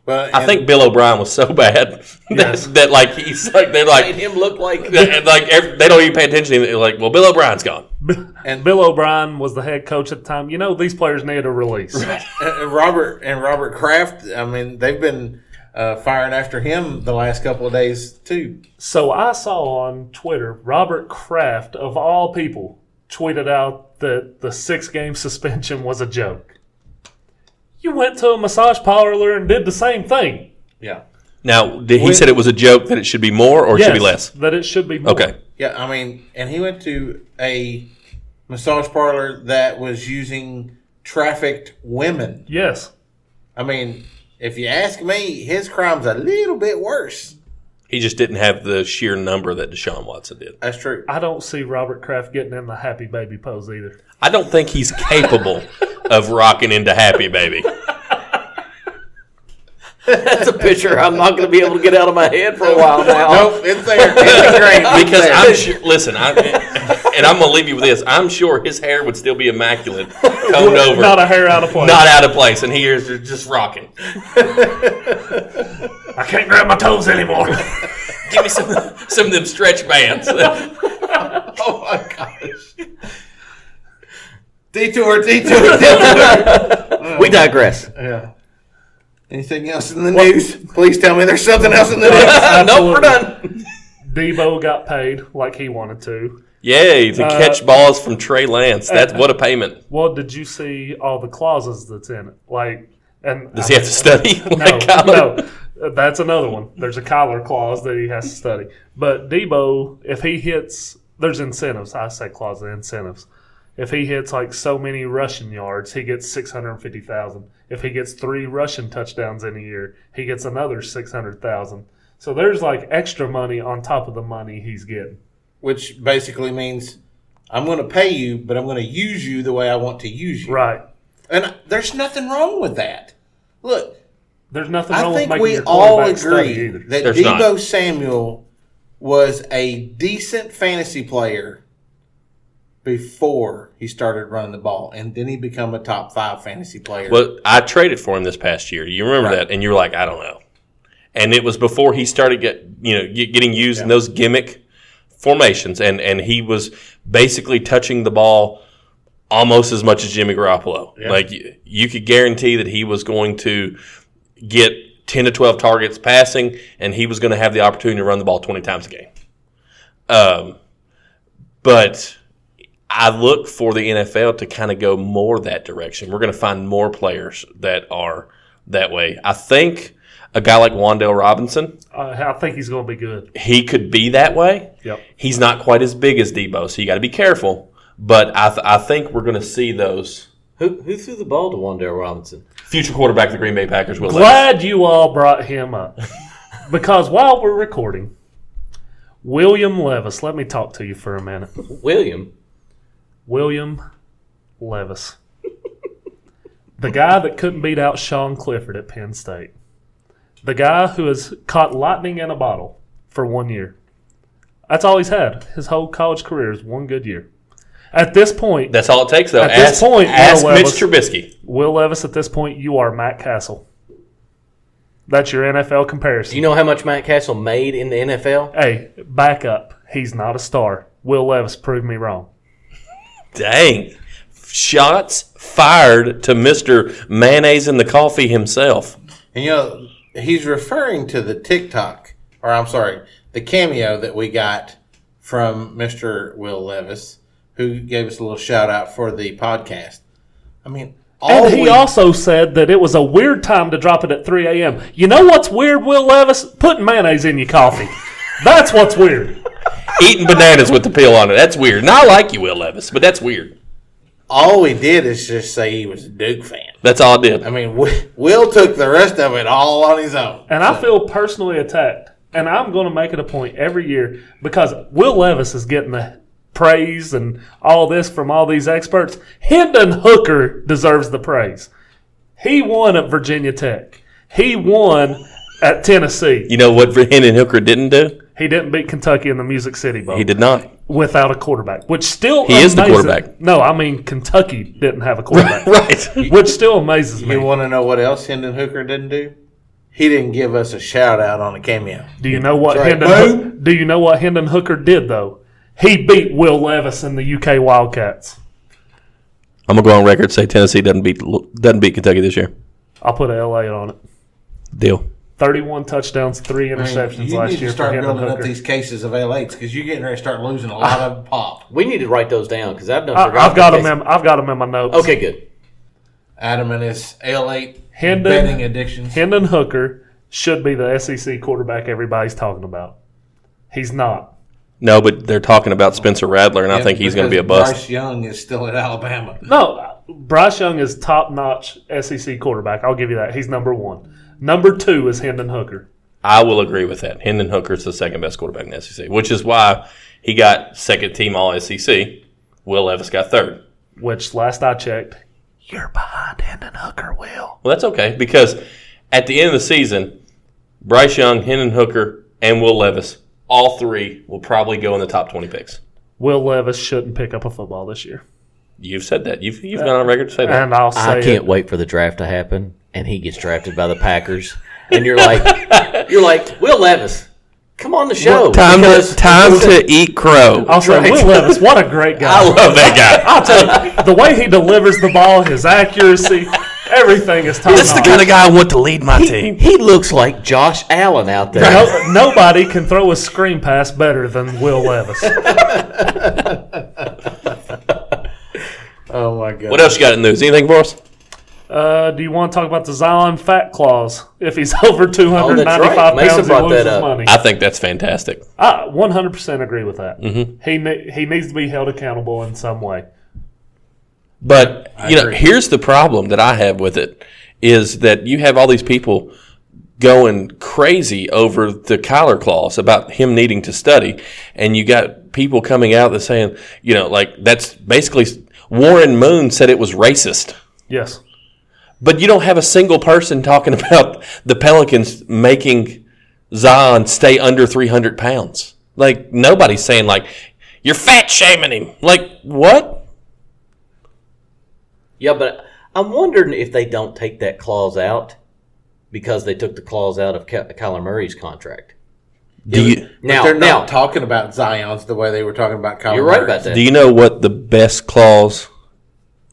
Speaker 2: Well,
Speaker 3: I
Speaker 2: and-
Speaker 3: think Bill O'Brien was so bad that,
Speaker 5: Yes.
Speaker 3: that like he's like they're like
Speaker 4: Made him look like
Speaker 3: and like every, they don't even pay attention. to it. They're like, well, Bill O'Brien's gone.
Speaker 5: Bill O'Brien was the head coach at the time. You know, these players need a release.
Speaker 2: And- and Robert and Robert Kraft. I mean, they've been uh, firing after him the last couple of days too.
Speaker 5: So I saw on Twitter Robert Kraft of all people tweeted out that the six game suspension was a joke. You went to a massage parlor and did the same thing.
Speaker 4: Yeah.
Speaker 3: Now, did, he
Speaker 2: When-
Speaker 3: said it was a joke that it should be more or it should be
Speaker 5: Yes,
Speaker 3: less.
Speaker 5: That it should be more.
Speaker 3: Okay.
Speaker 2: Yeah, I mean, and he went to a massage parlor that was using trafficked women.
Speaker 5: Yes.
Speaker 2: I mean, if you ask me, his crime's a little bit worse.
Speaker 3: He just didn't have the sheer number that Deshaun Watson did.
Speaker 2: That's true.
Speaker 5: I don't see Robert Kraft getting in the happy baby pose either.
Speaker 3: I don't think he's capable of rocking into Happy Baby.
Speaker 4: That's a picture I'm not going to be able to get out of my head for a while now.
Speaker 2: Nope, it's there. It's great.
Speaker 3: Because I'm sure, listen, I, and I'm going to leave you with this. I'm sure his hair would still be immaculate, combed over,
Speaker 5: Not
Speaker 3: not,
Speaker 5: a hair out of place.
Speaker 3: out of place, and he is just rocking.
Speaker 5: I can't grab my toes anymore.
Speaker 3: Give me some, some of them stretch bands.
Speaker 2: Oh my gosh. Detour, detour, detour.
Speaker 4: We digress.
Speaker 2: yeah. Anything else in the news? Please tell me there's something else in the news.
Speaker 3: Uh, nope, we're
Speaker 5: Absolutely.
Speaker 3: done.
Speaker 5: Debo got paid like he wanted to.
Speaker 3: Yay, to catch balls from Trey Lance. That's
Speaker 5: uh,
Speaker 3: what a payment.
Speaker 5: Well, did you see all the clauses that's in it? Like, and
Speaker 3: Does he have to study?
Speaker 5: No,
Speaker 3: Like, Colin?
Speaker 5: no, Uh, that's another one. There's a collar clause that he has to study. But Debo, if he hits, there's incentives. I say clause incentives. If he hits like so many rushing yards, he gets six hundred fifty thousand. If he gets three rushing touchdowns in a year, he gets another six hundred thousand. So there's like extra money on top of the money he's getting.
Speaker 2: Which basically means I'm going to pay you, but I'm going to use you the way I want to use you.
Speaker 5: Right.
Speaker 2: And there's nothing wrong with that. Look,
Speaker 5: There's nothing wrong
Speaker 2: I
Speaker 5: with
Speaker 2: think
Speaker 5: making
Speaker 2: we
Speaker 5: your
Speaker 2: all
Speaker 5: quarterback study
Speaker 2: agree
Speaker 5: either.
Speaker 2: that
Speaker 3: There's
Speaker 2: Debo
Speaker 3: not.
Speaker 2: Samuel was a decent fantasy player before he started running the ball, and then he become a top five fantasy player.
Speaker 3: Well, I traded for him this past year. You remember that? And you were like, I don't know. And it was before he started get you know get, getting used in those gimmick formations, and and he was basically touching the ball almost as much as Jimmy Garoppolo. Like you, you could guarantee that he was going to get ten to twelve targets passing, and he was going to have the opportunity to run the ball twenty times a game. Um, but I look for the NFL to kind of go more that direction. We're going to find more players that are that way. I think a guy like Wandale Robinson,
Speaker 5: Uh, I think he's going to be good.
Speaker 3: he could be that way.
Speaker 5: Yep.
Speaker 3: He's not quite as big as Debo, so you got to be careful. But I, th- I think we're going to see those
Speaker 4: Who, who threw the ball to Wandale Robinson?
Speaker 3: future quarterback of the Green Bay Packers will.
Speaker 5: Glad you all brought him up. because while we're recording, William Levis, let me talk to you for a minute.
Speaker 4: William.
Speaker 5: William Levis. the guy that couldn't beat out Sean Clifford at Penn State. The guy who has caught lightning in a bottle for one year. That's all he's had. His whole college career is one good year. At this point,
Speaker 3: That's all it takes, though.
Speaker 5: At
Speaker 3: ask,
Speaker 5: this point,
Speaker 3: ask
Speaker 5: Will
Speaker 3: Mitch
Speaker 5: Levis-
Speaker 3: Trubisky.
Speaker 5: Will Levis, at this point, you are Matt Castle. That's your NFL comparison.
Speaker 4: Do you know how much Matt Castle made in the NFL?
Speaker 5: Hey, back up. He's not a star. Will Levis proved me wrong.
Speaker 3: Dang. Shots fired to Mr. Mayonnaise in the Coffee himself.
Speaker 2: and you know, he's referring to the TikTok, or I'm sorry, the cameo that we got from Mr. Will Levis, who gave us a little shout out for the podcast. I mean, all
Speaker 5: and he
Speaker 2: we-
Speaker 5: also said that it was a weird time to drop it at 3 a.m. You know what's weird, Will Levis? Putting mayonnaise in your coffee. That's what's weird.
Speaker 3: eating bananas with the peel on it. That's weird. And I like you, Will Levis, but that's weird.
Speaker 2: all we did is just say he was a Duke fan.
Speaker 3: That's all I did.
Speaker 2: I mean, Wi- Will took the rest of it all on his own.
Speaker 5: And I feel personally attacked. And I'm going to make it a point every year because Will Levis is getting the praise and all this from all these experts. Hendon Hooker deserves the praise. He won at Virginia Tech, he won at Tennessee.
Speaker 3: You know what Hendon Hooker didn't do?
Speaker 5: He didn't beat Kentucky in the Music City Bowl
Speaker 3: He did not.
Speaker 5: without a quarterback, which still
Speaker 3: He is the
Speaker 5: amazes-
Speaker 3: quarterback.
Speaker 5: No, I mean Kentucky didn't have a quarterback,
Speaker 3: Right.
Speaker 5: which still amazes me.
Speaker 2: You want to know what else Hendon Hooker didn't do? He didn't give us a shout out on a cameo.
Speaker 5: do you know what
Speaker 2: That's right.
Speaker 5: Hendon? Hoo- do you know what Hendon Hooker did though? He beat Will Levis in the UK Wildcats.
Speaker 3: I'm gonna go on record and say Tennessee doesn't beat doesn't beat Kentucky this year.
Speaker 5: I'll put LA on it.
Speaker 3: Deal.
Speaker 5: Thirty-one touchdowns, three interceptions
Speaker 2: You
Speaker 5: last
Speaker 2: need
Speaker 5: year
Speaker 2: to start
Speaker 5: for Hendon
Speaker 2: building up
Speaker 5: Hooker.
Speaker 2: these cases of L8s because you're getting ready to start losing a lot of pop.
Speaker 4: We need to write those down because I've done
Speaker 5: I,
Speaker 4: forgot.
Speaker 5: have got
Speaker 4: that
Speaker 5: them. In, I've got them in my notes.
Speaker 4: case. Okay, good.
Speaker 2: Adam and his L8
Speaker 5: Hendon
Speaker 2: betting addictions.
Speaker 5: Hendon Hooker should be the SEC quarterback everybody's talking about. He's not.
Speaker 3: No, but they're talking about Spencer Radler, and I think he's going to be a
Speaker 2: because
Speaker 3: bust.
Speaker 2: Bryce Young is still at Alabama.
Speaker 5: No, Bryce Young is top notch SEC quarterback. I'll give you that. He's number one. Number two is Hendon Hooker.
Speaker 3: I will agree with that. Hendon Hooker's the second best quarterback in the SEC, which is why he got second team All SEC. Will Levis got third.
Speaker 5: which last I checked, you're behind Hendon Hooker, Will.
Speaker 3: Well, that's okay because at the end of the season, Bryce Young, Hendon Hooker, and Will Levis, all three will probably go in the top 20 picks.
Speaker 5: Will Levis shouldn't pick up a football this year.
Speaker 3: You've said that. You've, you've gone on record to say that.
Speaker 5: And I'll say
Speaker 4: I can't
Speaker 5: it.
Speaker 4: wait for the draft to happen, and he gets drafted by the Packers, and you're like, you're like Will Levis, come on the show. because-
Speaker 3: time to eat crow.
Speaker 5: I'll say
Speaker 4: Right.
Speaker 5: Will Levis, what a great guy.
Speaker 3: I love that guy.
Speaker 5: I'll tell you, the way he delivers the ball, his accuracy, everything is top
Speaker 3: That's the
Speaker 5: notch.
Speaker 3: kind of guy I want to lead my
Speaker 4: he,
Speaker 3: team.
Speaker 4: he looks like Josh Allen out there.
Speaker 5: No, nobody can throw a screen pass better than Will Levis.
Speaker 2: Oh my god!
Speaker 3: What else you got in the news? Anything for us?
Speaker 5: Uh, do you want to talk about the Zion fat clause? If he's over 295
Speaker 4: Oh, right. Mason
Speaker 5: pounds, he
Speaker 4: brought
Speaker 5: loses
Speaker 4: that up.
Speaker 5: money.
Speaker 3: I think that's fantastic.
Speaker 5: I 100% agree with that.
Speaker 4: Mm-hmm.
Speaker 5: He ne- he needs to be held accountable in some way.
Speaker 3: But you know, here's the problem that I have with it is that you have all these people going crazy over the Kyler clause about him needing to study, and you got people coming out that saying, you know, like that's basically Warren Moon said it was racist.
Speaker 5: Yes.
Speaker 3: But you don't have a single person talking about the Pelicans making Zion stay under 300 pounds. Like nobody's saying like you're fat shaming him. Like what?
Speaker 4: Yeah, but I'm wondering if they don't take that clause out because they took the clause out of Ky- Kyler Murray's contract.
Speaker 3: Do you
Speaker 4: Now,
Speaker 2: They're not
Speaker 4: now
Speaker 2: talking about Zion's the way they were talking about Colin.
Speaker 4: you're right about that.
Speaker 3: Do you know what the best clause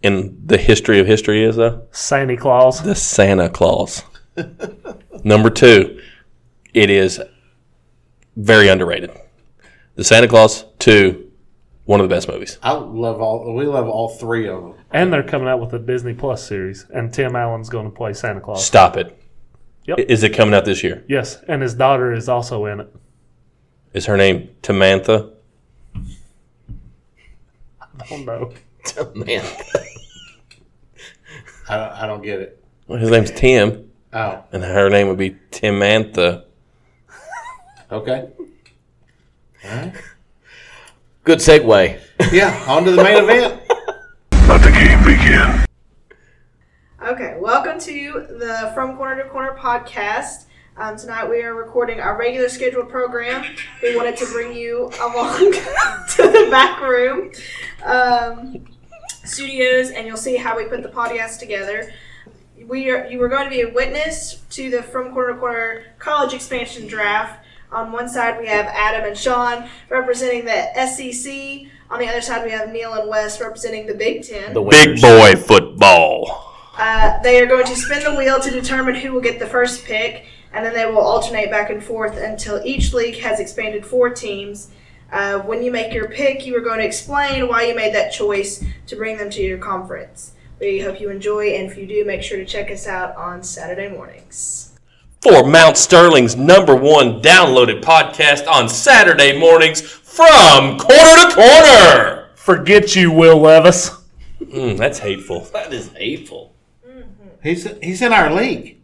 Speaker 3: in the history of history is, though?
Speaker 5: Santa Claus.
Speaker 3: The Santa Claus. Number two, it is very underrated. The Santa Claus 2, one of the best movies.
Speaker 2: I love all. We love all three of them.
Speaker 5: And they're coming out with a Disney Plus series, and Tim Allen's going to play Santa Claus.
Speaker 3: Stop it. Is
Speaker 5: Yep.
Speaker 3: it coming out this year?
Speaker 5: Yes, and his daughter is also in it.
Speaker 3: Is her name Tamantha?
Speaker 5: Oh no.
Speaker 4: Man,
Speaker 2: I don't, I don't get it.
Speaker 3: Well, his name's Tim,
Speaker 2: Oh,
Speaker 3: and her name would be Timantha.
Speaker 2: okay.
Speaker 4: good segue.
Speaker 2: Yeah, on to the main event.
Speaker 6: Okay, welcome to the From Corner to Corner podcast. Um, tonight we are recording our regular scheduled program. We wanted to bring you along to the back room um, studios, and you'll see how we put the podcast together. We are, you were going to be a witness to the From Corner to Corner college expansion draft. On one side, we have Adam and Sean representing the SEC. On the other side, we have Neil and Wes representing the Big Ten.
Speaker 4: The winners.
Speaker 3: Big boy football.
Speaker 6: Uh, they are going to spin the wheel to determine who will get the first pick, and then they will alternate back and forth until each league has expanded four teams. Uh, when you make your pick, you are going to explain why you made that choice to bring them to your conference. We hope you enjoy, and if you do, make sure to check us out on Saturday mornings.
Speaker 3: for Mount Sterling's number one downloaded podcast on Saturday mornings from corner to corner.
Speaker 5: Forget you, Will Levis.
Speaker 3: Mm, that's hateful. That is hateful.
Speaker 2: He's he's in our league.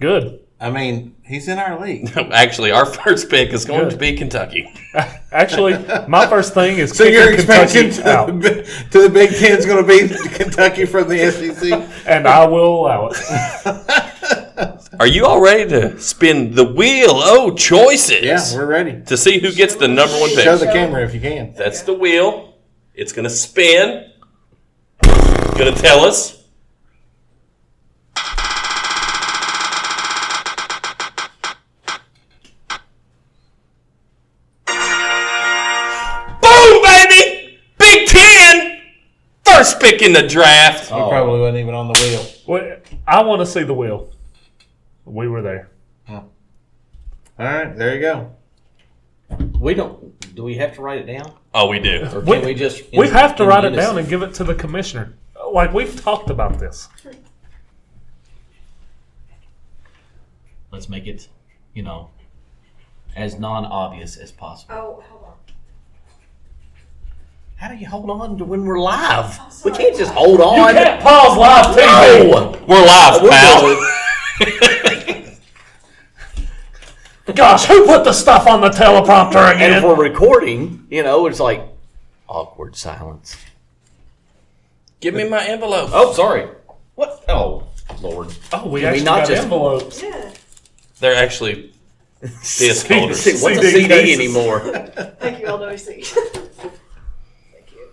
Speaker 5: Good.
Speaker 2: I mean, he's in our league.
Speaker 3: Actually, our first pick is going to be Kentucky.
Speaker 5: Actually, my first thing is
Speaker 2: So your
Speaker 5: kicking Kentucky
Speaker 2: expansion to
Speaker 5: out,
Speaker 2: the, Bi- to the Big Ten is going to be Kentucky from the E SEC.
Speaker 5: and I will allow it.
Speaker 3: Are you all ready to spin the wheel? Oh, choices.
Speaker 2: Yeah, we're ready.
Speaker 3: To see who gets the number one
Speaker 2: Show
Speaker 3: pick.
Speaker 2: the camera if you can.
Speaker 3: That's the wheel. It's going to spin. Going to tell us. Boom, baby! Big Ten! First pick in the draft.
Speaker 2: He probably wasn't even on the wheel.
Speaker 5: Well, I want to see the wheel. We were there.
Speaker 2: All right, there you go.
Speaker 4: We don't. Do we have to write it down,
Speaker 3: Oh, we do.
Speaker 4: or
Speaker 5: We-
Speaker 4: can we just?
Speaker 5: We have to write it down and give it to the commissioner. Like we've talked about this.
Speaker 4: Let's make it, you know, as non obvious as possible.
Speaker 6: Oh, hold on.
Speaker 4: How do you hold on to when we're live? we
Speaker 6: sorry.
Speaker 4: can't just hold on.
Speaker 3: pause live
Speaker 4: TV.
Speaker 3: We're live, pal.
Speaker 5: Gosh, who put the stuff on the teleprompter
Speaker 4: And if
Speaker 5: again?
Speaker 4: we're recording, you know, it's like awkward silence.
Speaker 3: Give me my envelope.
Speaker 4: Oh, sorry. What? Oh, Lord.
Speaker 5: Oh,
Speaker 4: Can
Speaker 5: we
Speaker 4: we
Speaker 5: actually
Speaker 4: not
Speaker 5: got
Speaker 4: just-
Speaker 5: envelopes.
Speaker 6: Yeah.
Speaker 3: They're actually disc
Speaker 5: See-
Speaker 3: holders.
Speaker 5: see-
Speaker 4: What's a
Speaker 5: CD
Speaker 4: CD
Speaker 5: cases.
Speaker 4: anymore?
Speaker 6: Thank you, LWC. Thank you.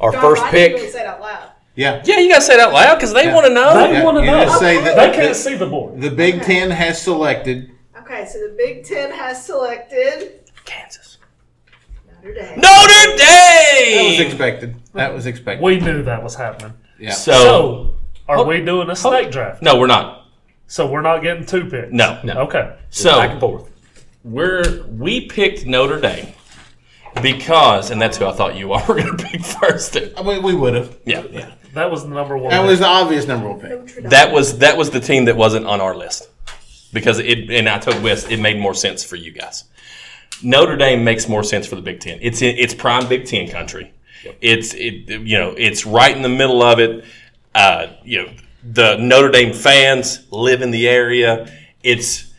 Speaker 4: Our
Speaker 6: God,
Speaker 4: first
Speaker 6: why
Speaker 4: pick.
Speaker 6: Did you even say it out loud?
Speaker 2: Yeah.
Speaker 3: Yeah, you gotta say it out loud because they
Speaker 2: Yeah.
Speaker 3: want to know.
Speaker 5: They
Speaker 2: Yeah,
Speaker 5: want to
Speaker 2: you
Speaker 5: know.
Speaker 2: just say that-
Speaker 5: they can't see the board.
Speaker 2: The Big Ten has selected.
Speaker 6: Okay, so the Big Ten has selected
Speaker 3: Kansas.
Speaker 6: Notre Dame.
Speaker 3: Notre
Speaker 2: That was
Speaker 3: Dame.
Speaker 2: expected. That was expected.
Speaker 5: We knew that was happening.
Speaker 2: yeah.
Speaker 3: so,
Speaker 5: So, are we doing a snake draft?
Speaker 3: no, we're not.
Speaker 5: So we're not getting two picks.
Speaker 3: No.
Speaker 4: No.
Speaker 5: Okay.
Speaker 4: Back and
Speaker 3: So
Speaker 4: forth.
Speaker 3: we're we picked Notre Dame because, and that's who I thought you all were gonna pick first.
Speaker 2: I mean, we would have.
Speaker 3: Yeah, yeah.
Speaker 5: That was the number one.
Speaker 2: That was the obvious number one pick.
Speaker 6: Notre Dame.
Speaker 3: That was that was the team that wasn't on our list because it. And I told Wes it made more sense for you guys. Notre Dame makes more sense for the Big Ten. It's in, it's prime Big Ten country. It's it you know it's right in the middle of it. Uh, you know the Notre Dame fans live in the area. It's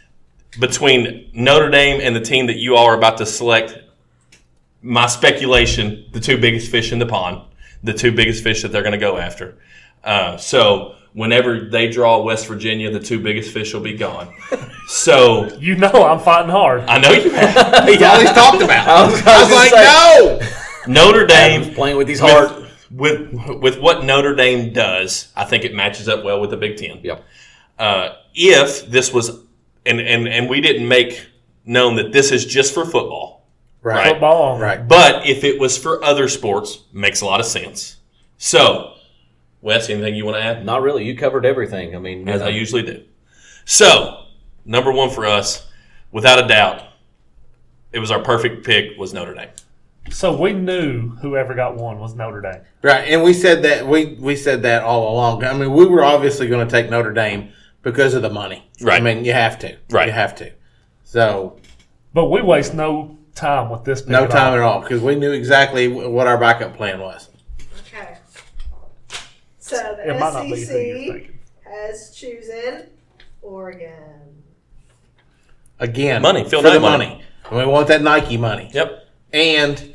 Speaker 3: between Notre Dame and the team that you all are about to select. My speculation: the two biggest fish in the pond, the two biggest fish that they're going to go after. Uh, so whenever they draw West Virginia, the two biggest fish will be gone. so
Speaker 5: You know I'm fighting hard.
Speaker 3: I know you have.
Speaker 2: That's all he's talked about. I was, like, no.
Speaker 3: Notre Dame
Speaker 4: Playing with these heart.
Speaker 3: with, with with what Notre Dame does, I think it matches up well with the Big Ten.
Speaker 4: Yep.
Speaker 3: Uh, if this was, and, and and we didn't make known that this is just for football,
Speaker 2: Right.
Speaker 5: Football on.
Speaker 2: Right.
Speaker 3: but if it was for other sports, makes a lot of sense. So, Wes, anything you want to add?
Speaker 4: Not really. You covered everything. I mean, uh, you
Speaker 3: As
Speaker 4: know.
Speaker 3: I usually do. So, number one for us, without a doubt, it was our perfect pick was Notre Dame.
Speaker 5: So we knew whoever got one was Notre Dame.
Speaker 2: Right. And we said that we we said that all along. I mean, we were obviously going to take Notre Dame because of the money. I
Speaker 3: Right.
Speaker 2: mean, you have to.
Speaker 3: Right.
Speaker 2: You have to. So
Speaker 5: But we waste no time with this pick.
Speaker 2: no
Speaker 5: at
Speaker 2: time
Speaker 5: all.
Speaker 2: at all because we knew exactly wh- what our backup plan was.
Speaker 6: Okay. So the
Speaker 5: It might not be who you're
Speaker 6: SEC
Speaker 5: thinking.
Speaker 6: has chosen Oregon.
Speaker 2: Again,
Speaker 3: Money, Phil
Speaker 2: for the
Speaker 3: Knight money.
Speaker 2: money. And we want that Nike money.
Speaker 3: Yep.
Speaker 2: and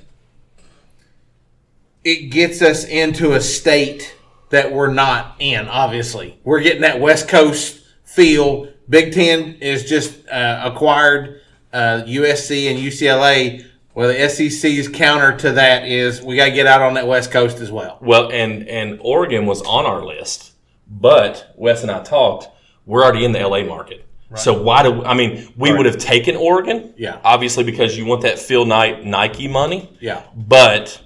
Speaker 2: it gets us into a state that we're not in. Obviously, we're getting that West Coast feel. Big Ten is just uh, acquired uh, USC and UCLA. Well, the SEC's counter to that is we got to get out on that West Coast as well.
Speaker 3: Well, and and Oregon was on our list, but Wes and I talked. We're already in the LA market, so why do I mean we would have taken Oregon?
Speaker 2: Yeah.
Speaker 3: obviously because you want that Phil Knight Nike money,
Speaker 2: Yeah,
Speaker 3: but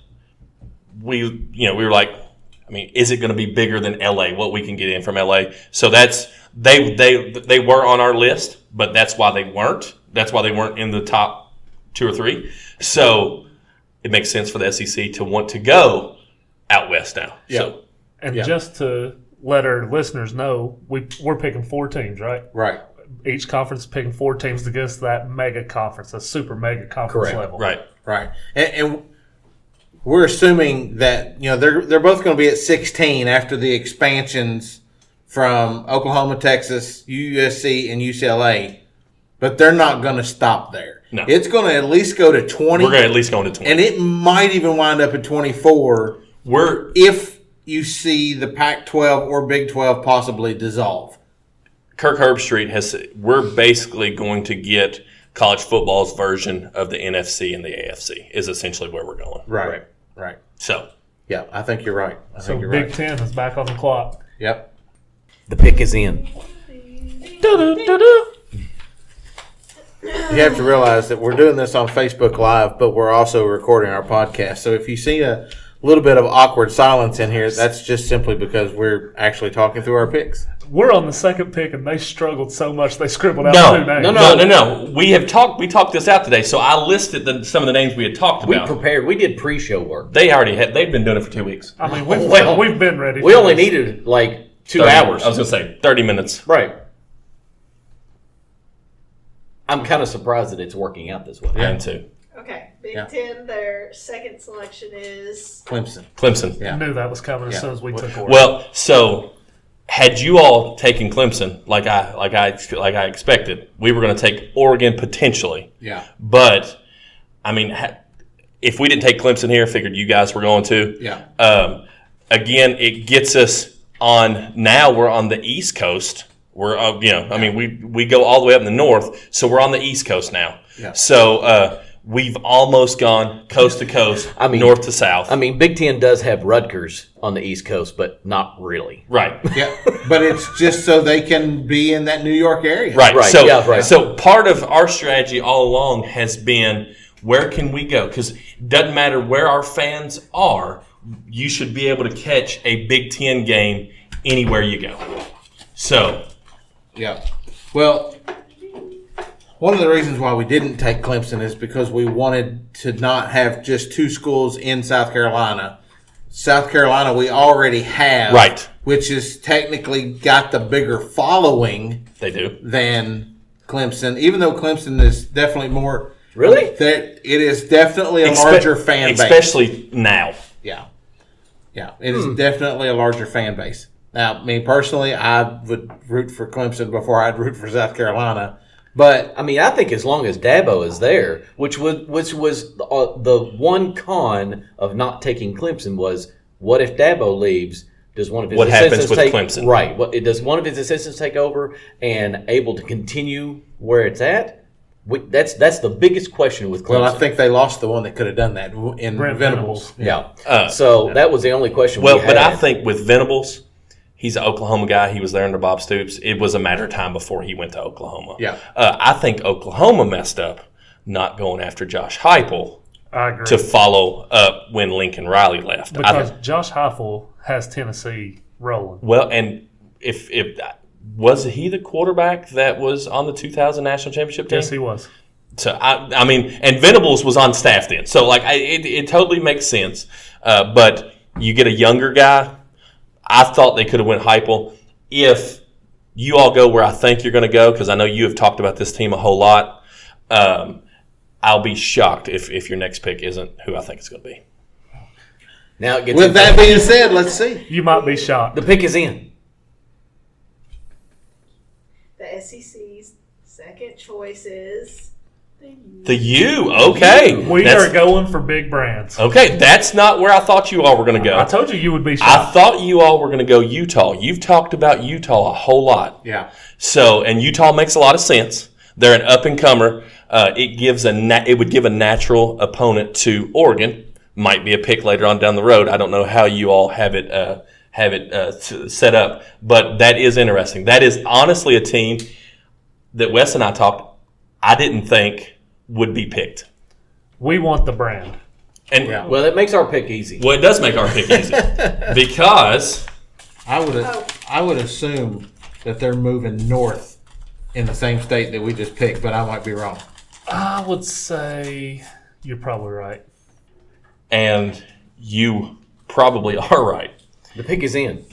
Speaker 3: we you know we were like, I mean, is it going to be bigger than LA? What we can get in from LA? So that's they they they were on our list, but that's why they weren't. That's why they weren't in the top two or three. So it makes sense for the SEC to want to go out west now. So,
Speaker 5: And
Speaker 2: Yeah.
Speaker 5: just to let our listeners know, we we're picking four teams, right?
Speaker 2: right.
Speaker 5: Each conference is picking four teams to get us to that mega conference, a super mega conference
Speaker 4: Correct.
Speaker 5: level.
Speaker 3: Right.
Speaker 2: Right, and, and we're assuming that you know they're they're both going to be at 16 after the expansions from Oklahoma, Texas, USC, and UCLA, but they're not going to stop there.
Speaker 3: No.
Speaker 2: It's going to at least go to 20,
Speaker 3: We're going to at least go into 20.
Speaker 2: and it might even wind up at 24
Speaker 3: We're
Speaker 2: if you see the Pac-12 or Big 12 possibly dissolve.
Speaker 3: Kirk Herbstreit has we're basically going to get college football's version of the NFC and the AFC is essentially where we're going.
Speaker 2: Right, right.
Speaker 3: So,
Speaker 2: Yeah, I think you're right. I
Speaker 5: So
Speaker 2: think you're
Speaker 5: Big
Speaker 2: right.
Speaker 5: Ten is back on the clock.
Speaker 2: Yep.
Speaker 4: the pick is in.
Speaker 2: You have to realize that we're doing this on Facebook Live, but we're also recording our podcast. So if you see a little bit of awkward silence in here, that's just simply because we're actually talking through our picks.
Speaker 5: We're on the second pick, and they struggled so much they scribbled out
Speaker 3: no,
Speaker 5: two names.
Speaker 3: no, no, no, no. We have talked. We talked this out today. So I listed the, some of the names we had talked
Speaker 4: We
Speaker 3: about.
Speaker 4: prepared. We did pre-show work.
Speaker 3: they already had. They've been doing it for two weeks.
Speaker 5: I mean, we've,
Speaker 4: Well,
Speaker 5: we've been ready.
Speaker 4: We
Speaker 5: for
Speaker 4: only
Speaker 5: this.
Speaker 4: needed like two
Speaker 3: 30
Speaker 4: hours.
Speaker 3: I was going to say thirty minutes.
Speaker 4: right. I'm kind of surprised that it's working out this way.
Speaker 3: I am too.
Speaker 6: Okay, Big
Speaker 2: Yeah.
Speaker 6: Ten. Their second selection is
Speaker 2: Clemson.
Speaker 3: Clemson.
Speaker 5: I
Speaker 2: Yeah.
Speaker 5: knew that was coming as
Speaker 2: Yeah.
Speaker 5: soon as we took over.
Speaker 3: Well, so had you all taken Clemson like I like I like I expected, we were going to take Oregon potentially.
Speaker 2: Yeah.
Speaker 3: But I mean, ha- if we didn't take Clemson here, figured you guys were going to.
Speaker 2: Yeah.
Speaker 3: Um, again, it gets us on. Now we're on the East Coast. We're uh, you know, I mean, we we go all the way up in the north, so we're on the East Coast now.
Speaker 2: Yeah.
Speaker 3: So uh, we've almost gone coast to coast,
Speaker 4: I mean-
Speaker 3: north to south.
Speaker 4: I mean, Big Ten does have Rutgers on the East Coast, but not really.
Speaker 3: right.
Speaker 2: Yeah. but it's just so they can be in that New York area.
Speaker 3: Right.
Speaker 4: Right,
Speaker 3: So,
Speaker 4: yeah, right.
Speaker 3: so part of our strategy all along has been where can we go? Because doesn't matter where our fans are, you should be able to catch a Big Ten game anywhere you go. So
Speaker 2: Yeah. Well, one of the reasons why we didn't take Clemson is because we wanted to not have just two schools in South Carolina. South Carolina, we already have.
Speaker 3: Right.
Speaker 2: Which is technically got the bigger following
Speaker 3: they do.
Speaker 2: than Clemson, even though Clemson is definitely more.
Speaker 4: Really?
Speaker 2: There, it is definitely a larger
Speaker 3: Expe-
Speaker 2: fan base.
Speaker 3: especially now.
Speaker 2: Yeah. Yeah. It is definitely a larger fan base. Now, me personally, I would root for Clemson before I'd root for South Carolina. But
Speaker 4: I mean, I think as long as Dabo is there, which was which was the, uh, the one con of not taking Clemson was, what if Dabo leaves? Does one of his
Speaker 3: What happens
Speaker 4: assistants
Speaker 3: with
Speaker 4: take,
Speaker 3: Clemson?
Speaker 4: Right. What, does one of his assistants take over and able to continue where it's at? We, that's that's the biggest question with Clemson.
Speaker 2: well, I think they lost the one that could have done that w- in
Speaker 5: Brent
Speaker 2: Venables.
Speaker 4: yeah.
Speaker 3: Uh,
Speaker 4: so that was the only question.
Speaker 3: Well,
Speaker 4: we
Speaker 3: but
Speaker 4: had.
Speaker 3: I think with Venables, he's an Oklahoma guy. He was there under Bob Stoops. It was a matter of time before he went to Oklahoma.
Speaker 2: Yeah.
Speaker 3: Uh, I think Oklahoma messed up not going after Josh Heupel.
Speaker 5: I agree.
Speaker 3: to follow up when Lincoln Riley left. I-
Speaker 5: because Josh Heifel has Tennessee rolling.
Speaker 3: well, and if if was he the quarterback that was on the 2000 national championship team?
Speaker 5: Yes, he was.
Speaker 3: So I, I mean, and Venables was on staff then, so like I, it, it totally makes sense. Uh, but you get a younger guy. I thought they could have went Heupel if you all go where I think you're going to go because I know you have talked about this team a whole lot. Um, I'll be shocked if if your next pick isn't who I think it's going to be.
Speaker 4: now it gets
Speaker 2: With that being said, let's see.
Speaker 5: You might be shocked.
Speaker 4: the pick is in.
Speaker 6: the SEC's second choice is the U.
Speaker 3: The U, okay.
Speaker 5: We
Speaker 3: That's-
Speaker 5: are going for big brands.
Speaker 3: Okay, that's not where I thought you all were going to
Speaker 5: I
Speaker 3: go.
Speaker 5: told you you would be
Speaker 3: I
Speaker 5: shocked.
Speaker 3: thought you all were going to go Utah. You've talked about Utah a whole lot.
Speaker 2: Yeah.
Speaker 3: So, and Utah makes a lot of sense. They're an up and comer. Uh, it gives a na- it would give a natural opponent to Oregon. Might be a pick later on down the road. I don't know how you all have it uh, have it uh, s- set up, but that is interesting. That is honestly a team that Wes and I talked. I didn't think would be picked,
Speaker 5: we want the brand.
Speaker 3: and
Speaker 2: Yeah.
Speaker 4: Well, that makes our pick easy.
Speaker 3: Well, it does make our pick easy because
Speaker 2: I would
Speaker 6: Oh.
Speaker 2: I would assume that they're moving north in the same state that we just picked, but I might be wrong.
Speaker 5: I would say you're probably right.
Speaker 3: and you probably are right.
Speaker 4: The pick is in.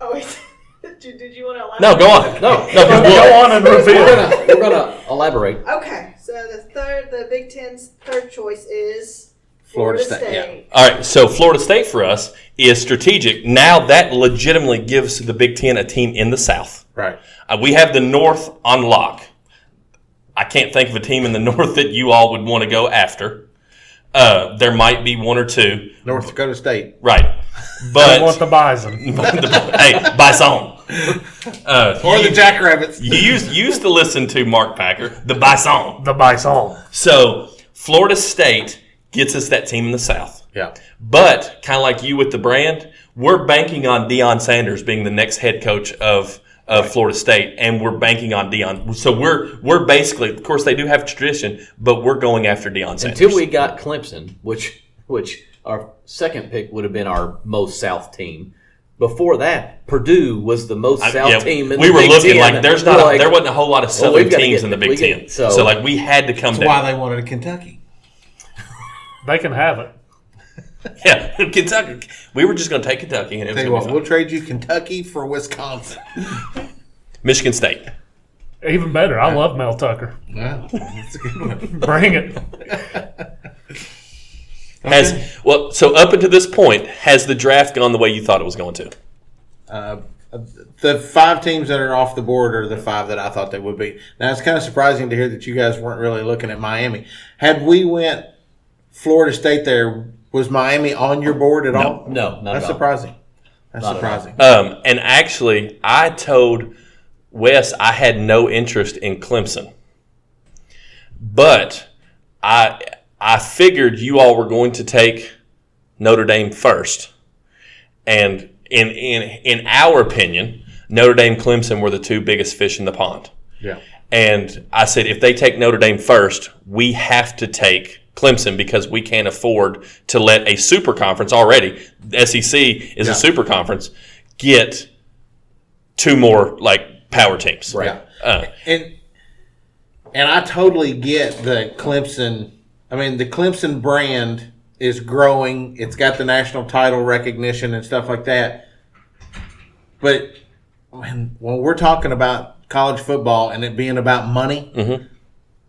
Speaker 6: Oh, wait. did, did you want to elaborate?
Speaker 3: No, go on.
Speaker 4: Oh, No,
Speaker 3: no,
Speaker 5: Go
Speaker 3: well,
Speaker 5: on and reveal.
Speaker 4: we're gonna elaborate.
Speaker 6: Okay, so the third, the Big Ten's third choice is
Speaker 2: Florida
Speaker 6: Florida,
Speaker 2: State, yeah.
Speaker 6: State.
Speaker 3: All right, so Florida State for us is strategic. Now that legitimately gives the Big Ten a team in the South.
Speaker 2: Right.
Speaker 3: Uh, we have the North on lock. I can't think of a team in the North that you all would want to go after. Uh, there might be one or two,
Speaker 2: North Dakota State.
Speaker 3: right?
Speaker 5: I want
Speaker 3: But
Speaker 5: the bison.
Speaker 3: hey, Bison. Uh,
Speaker 2: Or the Jackrabbits.
Speaker 3: you used, used to listen to Mark Packer, the Bison.
Speaker 5: The bison.
Speaker 3: So Florida State gets us that team in the South.
Speaker 2: Yeah.
Speaker 3: But kind of like you with the brand, we're banking on Deion Sanders being the next head coach of of Florida State, and we're banking on Deion. So we're we're basically, of course, they do have tradition, but we're going after Deion Sanders.
Speaker 4: Until we got Clemson, which which our second pick would have been our most South team. Before that, Purdue was the most
Speaker 3: I-
Speaker 4: South
Speaker 3: yeah,
Speaker 4: team in
Speaker 3: we
Speaker 4: the
Speaker 3: were
Speaker 4: Big
Speaker 3: looking
Speaker 4: Ten.
Speaker 3: like there's not
Speaker 4: We're
Speaker 3: a,
Speaker 4: like,
Speaker 3: there wasn't a whole lot of southern
Speaker 4: we've gotta
Speaker 3: teams
Speaker 4: get-
Speaker 3: in the Big
Speaker 4: we
Speaker 3: Ten,
Speaker 4: get- so-
Speaker 3: so like we had to come
Speaker 2: That's why
Speaker 3: down.
Speaker 2: they wanted Kentucky.
Speaker 5: They can have it.
Speaker 3: Yeah, Kentucky. We were just going to take Kentucky, and it was
Speaker 2: Tell you
Speaker 3: gonna be
Speaker 2: what,
Speaker 3: fun.
Speaker 2: we'll trade you Kentucky for Wisconsin.
Speaker 3: Michigan State.
Speaker 5: Even better. I love Mel Tucker.
Speaker 2: Yeah, that's a good one.
Speaker 5: Bring it.
Speaker 3: Has well, so up until this point, has the draft gone the way you thought it was going to?
Speaker 2: Uh, the five teams that are off the board are the five that I thought they would be. Now it's kind of surprising to hear that you guys weren't really looking at Miami. Had we went Florida State there, was Miami on your board at all?
Speaker 7: No, not
Speaker 2: That's
Speaker 7: at all.
Speaker 2: surprising. That's
Speaker 7: Not at all.
Speaker 2: surprising.
Speaker 3: Um, and actually, I told Wes I had no interest in Clemson, but I I figured you all were going to take Notre Dame first, and in in in our opinion, Notre Dame Clemson were the two biggest fish in the pond.
Speaker 2: Yeah.
Speaker 3: And I said, if they take Notre Dame first, we have to take Clemson because we can't afford to let a super conference already, the SEC is
Speaker 2: Yeah.
Speaker 3: a super conference, get two more like power teams.
Speaker 2: Yeah.
Speaker 3: Uh,
Speaker 2: and and I totally get the Clemson. I mean, the Clemson brand is growing. It's got the national title recognition and stuff like that. But when when we're talking about college football and it being about money,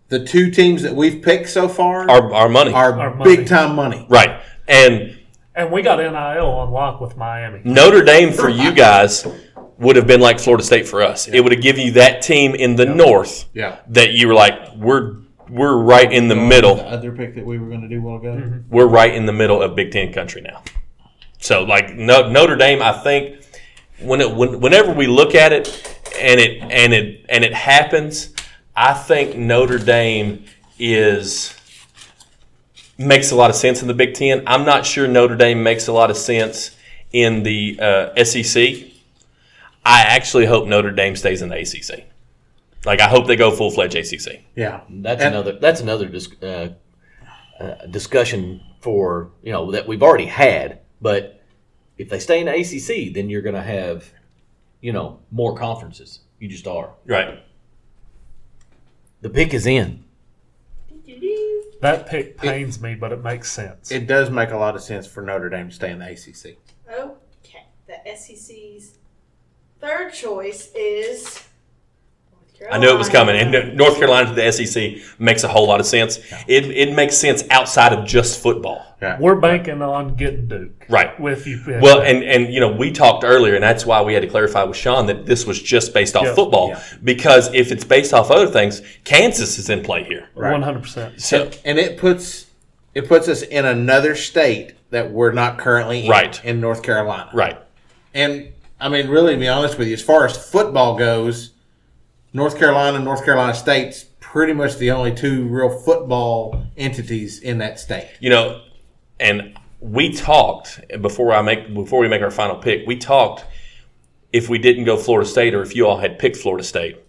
Speaker 2: the two teams that we've picked so far
Speaker 3: our, our money.
Speaker 2: Mm-hmm. are
Speaker 5: Our money.
Speaker 2: big time money.
Speaker 3: right. And
Speaker 5: And we got NIL on lock with Miami.
Speaker 3: Notre Dame for you guys would have been like Florida State for us. It would have given you that team in the north
Speaker 2: Yeah.
Speaker 3: that you were like, we're we're right in the
Speaker 2: The
Speaker 3: middle.
Speaker 2: other pick that we were going to do while ago.
Speaker 3: we're right in the middle of Big Ten country now. So like no, Notre Dame, I think when it when, whenever we look at it and it and it and it happens, I think Notre Dame is makes a lot of sense in the Big Ten. I'm not sure Notre Dame makes a lot of sense in the uh, SEC. I actually hope Notre Dame stays in the ACC. Like I hope they go full fledged ACC.
Speaker 2: Yeah.
Speaker 4: That's
Speaker 2: And-
Speaker 4: another. That's another dis- uh, uh, discussion for you know that we've already had. But if they stay in the ACC, then you're going to have, you know, more conferences. You just are.
Speaker 3: Right.
Speaker 4: The pick is in.
Speaker 5: That pick pains me, but it makes sense.
Speaker 2: It does make a lot of sense for Notre Dame to stay in the ACC.
Speaker 6: Okay. The SEC's third choice is. North
Speaker 3: I knew it was coming.
Speaker 6: Carolina.
Speaker 3: And North Carolina to the SEC makes a whole lot of sense. It, it makes sense outside of just football.
Speaker 2: Yeah.
Speaker 5: We're banking on getting Duke.
Speaker 3: Right.
Speaker 5: With you.
Speaker 3: Well, and, and you know, we talked earlier, and that's why we had to clarify with Sean that this was just based off
Speaker 5: Yeah.
Speaker 3: football. Because if it's based off other things, Kansas is in play here.
Speaker 5: 100%.
Speaker 3: So
Speaker 2: and it puts it puts us in another state that we're not currently in,
Speaker 3: Right.
Speaker 2: in North Carolina.
Speaker 3: right.
Speaker 2: And I mean, really, to be honest with you, as far as football goes, North Carolina, and North Carolina State's pretty much the only two real football entities in that state.
Speaker 3: You know, and we talked before I make before we make our final pick, we talked if we didn't go Florida State or if you all had picked Florida State,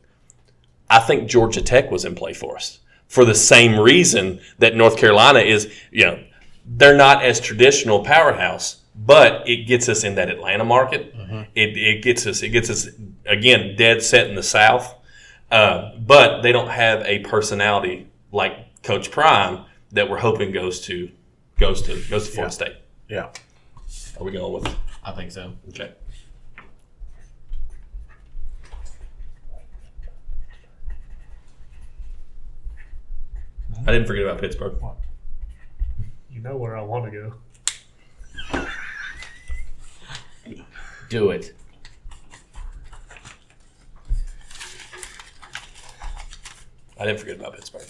Speaker 3: I think Georgia Tech was in play for us for the same reason that North Carolina is, you know, they're not as traditional powerhouse, but it gets us in that Atlanta market. It, it gets us, it gets us again dead set in the South, uh, but they don't have a personality like Coach Prime that we're hoping goes to goes to goes to Florida State.
Speaker 2: Yeah.
Speaker 3: Are we going with?
Speaker 7: I think so.
Speaker 3: Okay. I didn't forget about Pittsburgh.
Speaker 5: You know where I want to go.
Speaker 7: Do it.
Speaker 3: I didn't forget about Pittsburgh.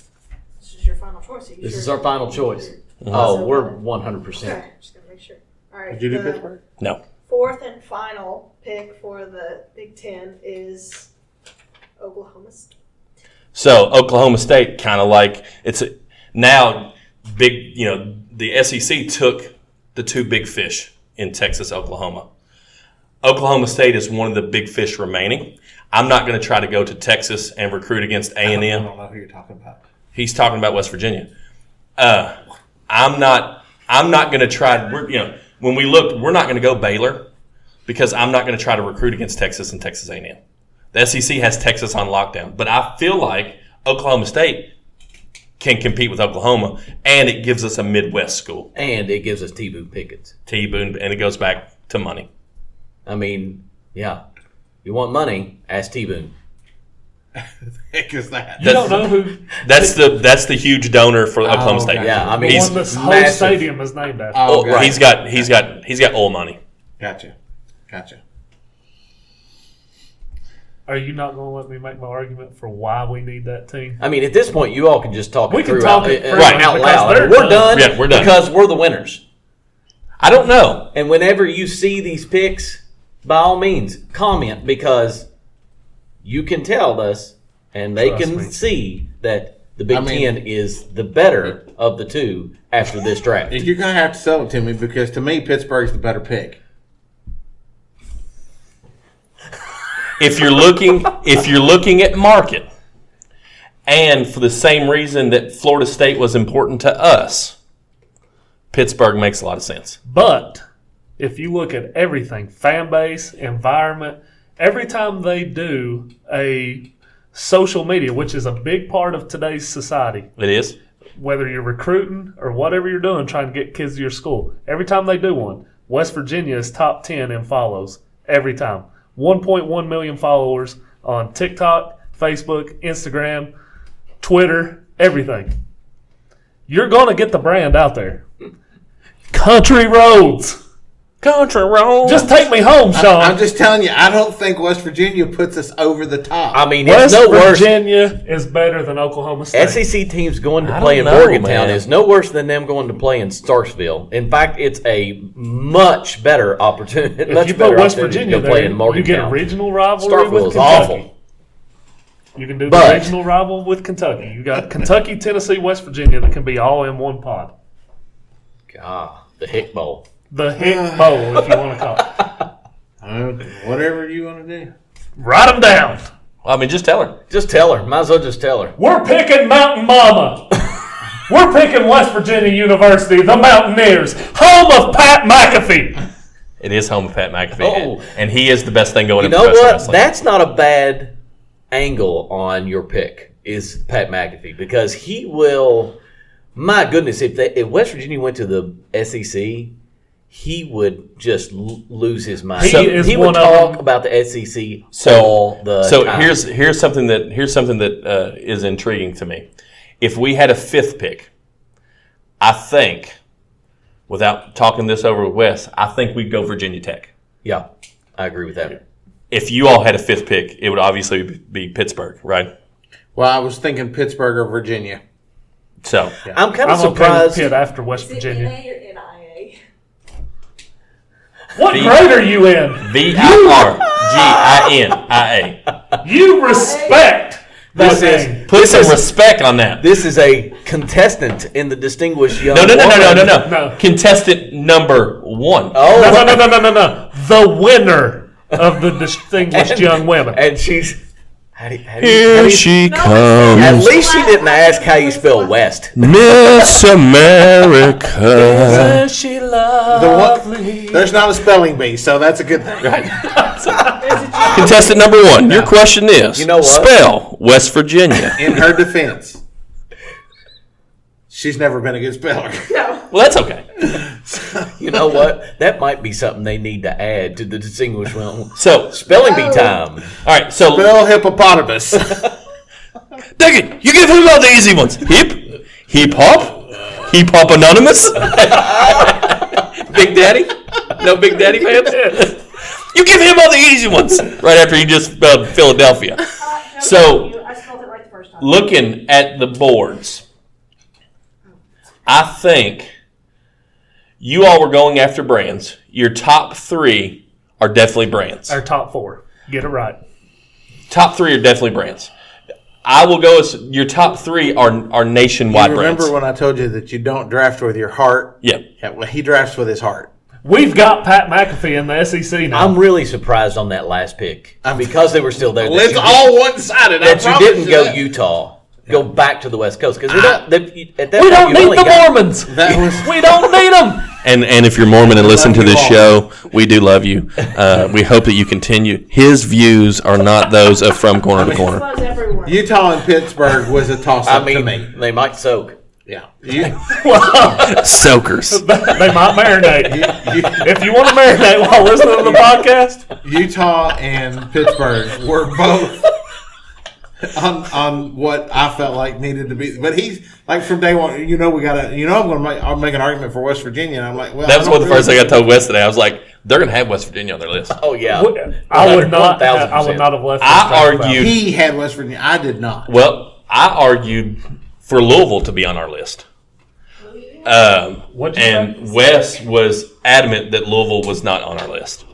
Speaker 6: This is your final choice. Are you
Speaker 7: This
Speaker 6: sure?
Speaker 7: is our final choice.
Speaker 6: So-
Speaker 7: Oh, we're one hundred percent.
Speaker 6: Okay, just gotta make sure. All right.
Speaker 2: Did you do
Speaker 6: the
Speaker 2: Pittsburgh?
Speaker 3: No.
Speaker 6: Fourth and final pick for the Big Ten is Oklahoma State.
Speaker 3: So Oklahoma State kind of like it's a, now big. You know the SEC took the two big fish in Texas, Oklahoma. Oklahoma State is one of the big fish remaining. I'm not going to try to go to Texas and recruit against A and
Speaker 2: I
Speaker 3: M.
Speaker 2: don't know who you're talking about.
Speaker 3: he's talking about West Virginia. Uh, I'm not. I'm not going to try. We're, you know, when we looked, we're not going to go Baylor because I'm not going to try to recruit against Texas and Texas A&M. The SEC has Texas on lockdown, but I feel like Oklahoma State can compete with Oklahoma, and it gives us a Midwest school.
Speaker 4: And it gives us T. Boone Pickens.
Speaker 3: T Boone, and it goes back to money.
Speaker 4: I mean, yeah. You want money? Ask T. Boone.
Speaker 2: heck is that?
Speaker 5: You don't know who
Speaker 3: That's the that's the huge donor for Oklahoma
Speaker 2: Oh,
Speaker 3: State.
Speaker 2: okay.
Speaker 7: Yeah, I mean,
Speaker 3: He's-
Speaker 5: won this whole
Speaker 2: massive.
Speaker 5: stadium is named after.
Speaker 2: Oh,
Speaker 3: Oh, he's got he's got he's got oil money.
Speaker 2: Gotcha. Gotcha.
Speaker 5: Are you not going to let me make my argument for why we need that team?
Speaker 7: I mean, at this point, you all can just talk
Speaker 5: We
Speaker 7: it
Speaker 5: can
Speaker 7: through
Speaker 5: talk
Speaker 7: out,
Speaker 5: it
Speaker 7: uh,
Speaker 5: through
Speaker 7: right, out
Speaker 5: because
Speaker 7: loud.
Speaker 5: they're
Speaker 7: We're
Speaker 5: done.
Speaker 7: done.
Speaker 3: Yeah, we're done.
Speaker 7: because we're the winners.
Speaker 3: I don't know.
Speaker 7: And whenever you see these picks, by all means, comment because you can tell us, and they
Speaker 5: Trust
Speaker 7: can
Speaker 5: me.
Speaker 7: see that the Big
Speaker 2: I mean-
Speaker 7: Ten is the better of the two after this draft.
Speaker 2: You're gonna have to sell it to me because to me Pittsburgh's the better pick.
Speaker 3: If you're looking if you're looking at market, and for the same reason that Florida State was important to us, Pittsburgh makes a lot of sense.
Speaker 5: But if you look at everything fan base, environment every time they do a social media, which is a big part of today's society,
Speaker 3: It is.
Speaker 5: whether you're recruiting or whatever you're doing, trying to get kids to your school, every time they do one, West Virginia is top 10 in follows every time. 1.1 million followers on TikTok, Facebook, Instagram, Twitter, everything. You're going to get the brand out there. Country Roads.
Speaker 3: Country road.
Speaker 5: Just take me home, Sean.
Speaker 2: I'm just telling you, I don't think West Virginia puts us over the top.
Speaker 7: I mean, it's
Speaker 5: West
Speaker 7: no worse.
Speaker 5: Virginia is better than Oklahoma State.
Speaker 7: SEC E teams going to
Speaker 3: I
Speaker 7: play in
Speaker 3: don't know,
Speaker 7: Morgantown
Speaker 3: man.
Speaker 7: is no worse than them going to play in Starsville. In fact, it's a much better opportunity.
Speaker 5: if
Speaker 7: much
Speaker 5: you
Speaker 7: better
Speaker 5: put West
Speaker 7: opportunity
Speaker 5: Virginia
Speaker 7: to
Speaker 5: there,
Speaker 7: play in
Speaker 5: you get a
Speaker 7: Morgantown.
Speaker 5: regional rivalry
Speaker 7: Starkville
Speaker 5: with
Speaker 7: is
Speaker 5: Kentucky.
Speaker 7: awful.
Speaker 5: You can do the
Speaker 7: But-
Speaker 5: regional rival with Kentucky. You got Kentucky, Tennessee, West Virginia that can be all in one pod.
Speaker 7: Ah, the Hick Bowl.
Speaker 5: The Hick Bowl, if you want to call it.
Speaker 2: Uh, whatever you want to do.
Speaker 5: Write them down.
Speaker 3: I mean, just tell her.
Speaker 7: Just tell her. Might as well just tell her.
Speaker 5: We're picking Mountain Mama. We're picking West Virginia University, the Mountaineers, home of Pat McAfee.
Speaker 3: It is home of Pat McAfee,
Speaker 7: Oh.
Speaker 3: and, and he is the best thing going.
Speaker 7: You
Speaker 3: in
Speaker 7: know
Speaker 3: professional
Speaker 7: what?
Speaker 3: wrestling.
Speaker 7: That's not a bad angle on your pick is Pat McAfee because he will. My goodness, if they, if West Virginia went to the SEC, he would just l- lose his mind.
Speaker 5: He
Speaker 7: He,
Speaker 5: is
Speaker 7: he would
Speaker 5: one of
Speaker 7: talk
Speaker 5: them.
Speaker 7: about the SEC
Speaker 3: so
Speaker 7: all the
Speaker 3: so
Speaker 7: time.
Speaker 3: here's here's something that here's something that uh, is intriguing to me. If we had a fifth pick, I think, without talking this over with Wes, I think we'd go Virginia Tech.
Speaker 7: yeah, I agree with that.
Speaker 3: If you all had a fifth pick, it would obviously be Pittsburgh, right?
Speaker 2: Well, I was thinking Pittsburgh or Virginia.
Speaker 3: So
Speaker 7: I'm kind
Speaker 5: I'm
Speaker 7: of
Speaker 5: okay with
Speaker 7: surprised.
Speaker 5: Pitt after West
Speaker 6: Is it
Speaker 5: Virginia.
Speaker 6: NA or NIA?
Speaker 5: What
Speaker 3: The-
Speaker 5: grade are you in?
Speaker 3: V I R G I N I A.
Speaker 5: You respect this
Speaker 7: This
Speaker 5: name.
Speaker 7: is
Speaker 3: Put some respect on that.
Speaker 7: this is a contestant in the distinguished young.
Speaker 3: No, no, no, no, no,
Speaker 7: Woman.
Speaker 3: no, no,
Speaker 5: No.
Speaker 3: Contestant number one.
Speaker 7: Oh,
Speaker 5: No, no, no, no, no, no, no. The winner of the distinguished young women.
Speaker 7: and she's. How do, how do you, how do you-
Speaker 3: she
Speaker 7: At
Speaker 6: comes.
Speaker 7: least she didn't ask how you spell West.
Speaker 3: Miss America.
Speaker 7: she loves.
Speaker 2: The one, there's not a spelling bee, so that's a good thing.
Speaker 6: There's a G.
Speaker 3: Contestant number one, your question is
Speaker 7: You know what?
Speaker 3: spell West Virginia.
Speaker 2: In her defense, she's never been a good speller.
Speaker 6: No.
Speaker 3: well, that's okay.
Speaker 7: You know what? That might be something they need to add to the distinguished one.
Speaker 3: So,
Speaker 7: Spelling bee time.
Speaker 3: all right, so
Speaker 2: Bill hippopotamus.
Speaker 3: Dickie, you give him all the easy ones. Hip, hip hop, hip hop anonymous, Big Daddy. No Big Daddy fans. you give him all the easy ones right after you just spelled Philadelphia.
Speaker 6: Uh, no,
Speaker 3: So-
Speaker 6: thank you. I spelled it right the first time.
Speaker 3: looking at the boards, I think you all were going after brands. Your top three are definitely brands.
Speaker 5: Our top four. Get it right.
Speaker 3: Top three are definitely brands. I will go as your top three are are nationwide brands.
Speaker 2: Remember when I told you that you don't draft with your heart?
Speaker 3: yeah,
Speaker 2: Yeah, well, he drafts with his heart.
Speaker 5: We've got Pat McAfee in the SEC now.
Speaker 7: I'm really surprised on that last pick because they were still there. That
Speaker 2: It's
Speaker 7: you,
Speaker 2: all one sided.
Speaker 7: that you didn't go Utah. Go back to the West Coast because at that
Speaker 5: we
Speaker 7: point,
Speaker 5: don't
Speaker 7: you
Speaker 5: need
Speaker 7: only
Speaker 5: the
Speaker 7: got-
Speaker 5: Mormons.
Speaker 2: That was
Speaker 5: We don't need them.
Speaker 3: and and if you're Mormon and listen to
Speaker 2: you
Speaker 3: this
Speaker 2: all.
Speaker 3: show, we do love you. Uh, we hope that you continue. His views are not those of from corner to corner.
Speaker 6: Close everyone.
Speaker 2: Utah and Pittsburgh was a toss up
Speaker 7: I
Speaker 2: to me.
Speaker 7: mean, they might soak.
Speaker 2: Yeah, you, you,
Speaker 3: Soakers.
Speaker 5: they might marinate.
Speaker 2: you-
Speaker 5: If you want to marinate while listening to the podcast,
Speaker 2: Utah and Pittsburgh were both on on what I felt like needed to be. But he's like from day one, you know, we gotta, you know, I'm gonna make, I'll make an argument for West Virginia. And I'm like, well,
Speaker 3: That was
Speaker 2: I
Speaker 3: one
Speaker 2: don't
Speaker 3: of the first
Speaker 2: really-
Speaker 3: thing I told Wes today. I was like, they're going to have West Virginia on their list.
Speaker 7: Oh yeah,
Speaker 5: I would not.
Speaker 7: 1,000%.
Speaker 5: I would not have left.
Speaker 3: I
Speaker 5: this track without-
Speaker 3: argued-
Speaker 2: He had West Virginia. I did not.
Speaker 3: Well, I argued for Louisville to be on our list. Um,
Speaker 5: What'd you
Speaker 3: and Wes was adamant that Louisville was not on our list.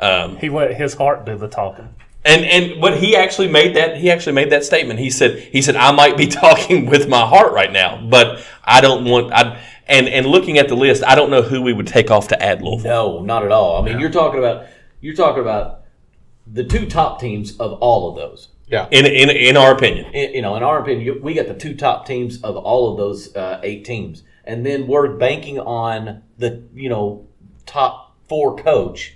Speaker 3: Um,
Speaker 5: He let his heart do the talking.
Speaker 3: and and but he actually made that he actually made that statement. He said he said I might be talking with my heart right now, but I don't want I and and looking at the list, I don't know who we would take off to add Louisville.
Speaker 7: No, not at all. I mean, you're talking about you're talking about the two top teams of all of those.
Speaker 3: In in in our opinion,
Speaker 7: In, you know, in our opinion, you- we got the two top teams of all of those uh, eight teams, and then we're banking on the you know top four coach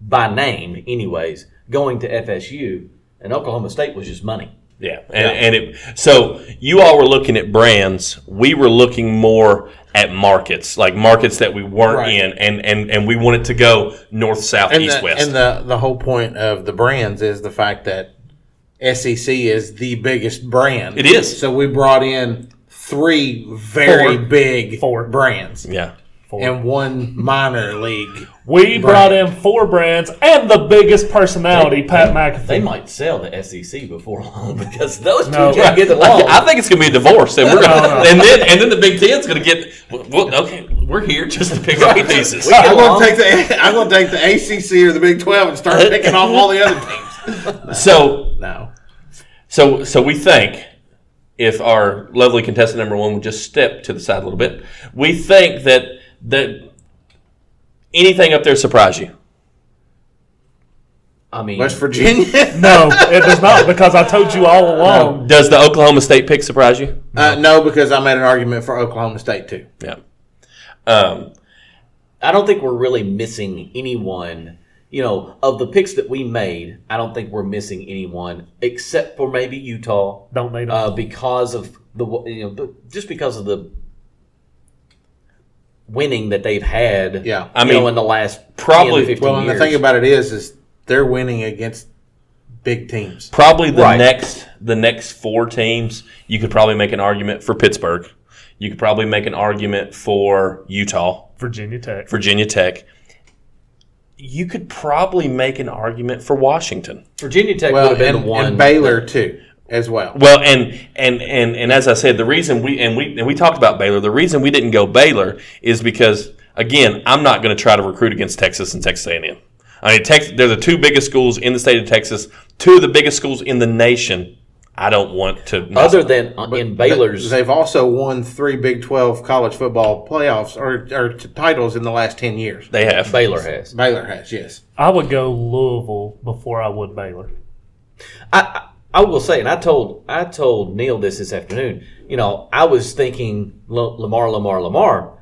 Speaker 7: by name, anyways, going to FSU, and Oklahoma State was just money.
Speaker 3: yeah, and, and it so you all were looking at brands, we were looking more at markets, like markets that we weren't
Speaker 2: Right.
Speaker 3: in, and and and we wanted to go north, south,
Speaker 2: And,
Speaker 3: east,
Speaker 2: the,
Speaker 3: west.
Speaker 2: and the the whole point of the brands is the fact that SEC is the biggest brand.
Speaker 3: It is.
Speaker 2: So we brought in three very
Speaker 5: Four.
Speaker 2: big
Speaker 5: Four.
Speaker 2: brands
Speaker 3: yeah,
Speaker 2: and one minor league.
Speaker 5: We brought in four brands and the biggest personality, Pat McAfee.
Speaker 7: They might sell the SEC before long because those two
Speaker 5: No.
Speaker 7: can't get along.
Speaker 3: I think it's going to be a divorce, and we're gonna,
Speaker 5: No, no.
Speaker 3: and then and then the Big Ten's going to get. Well, okay, we're here just to pick up the pieces.
Speaker 2: I'm gonna take the I'm gonna take the ACC or the Big Twelve and start picking off all the other teams.
Speaker 3: So
Speaker 2: No,
Speaker 3: so so we think if our lovely contestant number one would just step to the side a little bit, we think that that anything up there surprise you.
Speaker 7: I mean,
Speaker 2: West Virginia.
Speaker 5: No, Um, it does not because I told you all along.
Speaker 3: Does the Oklahoma State pick surprise you?
Speaker 2: Uh, no, because I made an argument for Oklahoma State too.
Speaker 3: Yeah. Um,
Speaker 7: I don't think we're really missing anyone. You know, of the picks that we made, I don't think we're missing anyone except for maybe Utah
Speaker 5: Don't need them.
Speaker 7: uh, because of the you know but just because of the winning that they've had.
Speaker 2: Yeah.
Speaker 3: I
Speaker 7: I
Speaker 3: mean,
Speaker 7: mean, in the last 10,
Speaker 3: probably-
Speaker 7: 15
Speaker 2: Well, and the
Speaker 7: years.
Speaker 2: thing about it is, is they're winning against big teams.
Speaker 3: probably the
Speaker 7: Right.
Speaker 3: next the next four teams, you could probably make an argument for Pittsburgh. You could probably make an argument for Utah.
Speaker 5: Virginia Tech.
Speaker 3: Virginia Tech, you could probably make an argument for Washington.
Speaker 7: Virginia Tech
Speaker 2: Well,
Speaker 7: would have been
Speaker 2: and,
Speaker 7: the one.
Speaker 2: and Baylor too, as well.
Speaker 3: Well, and and and and as I said, the reason we and we and we talked about Baylor, the reason we didn't go Baylor is because again, I'm not going to try to recruit against Texas and Texas A&M. I mean, Texas, they're the two biggest schools in the state of Texas, two of the biggest schools in the nation. I don't want to.
Speaker 7: other than uh, in Baylor's.
Speaker 2: They've also won three Big Twelve college football playoffs or, or t- titles in the last ten years.
Speaker 3: they have
Speaker 7: Baylor has.
Speaker 2: Baylor has yes.
Speaker 5: I would go Louisville before I would Baylor.
Speaker 7: I, I I will say, and I told I told Neil this this afternoon. You know, I was thinking L- Lamar, Lamar, Lamar.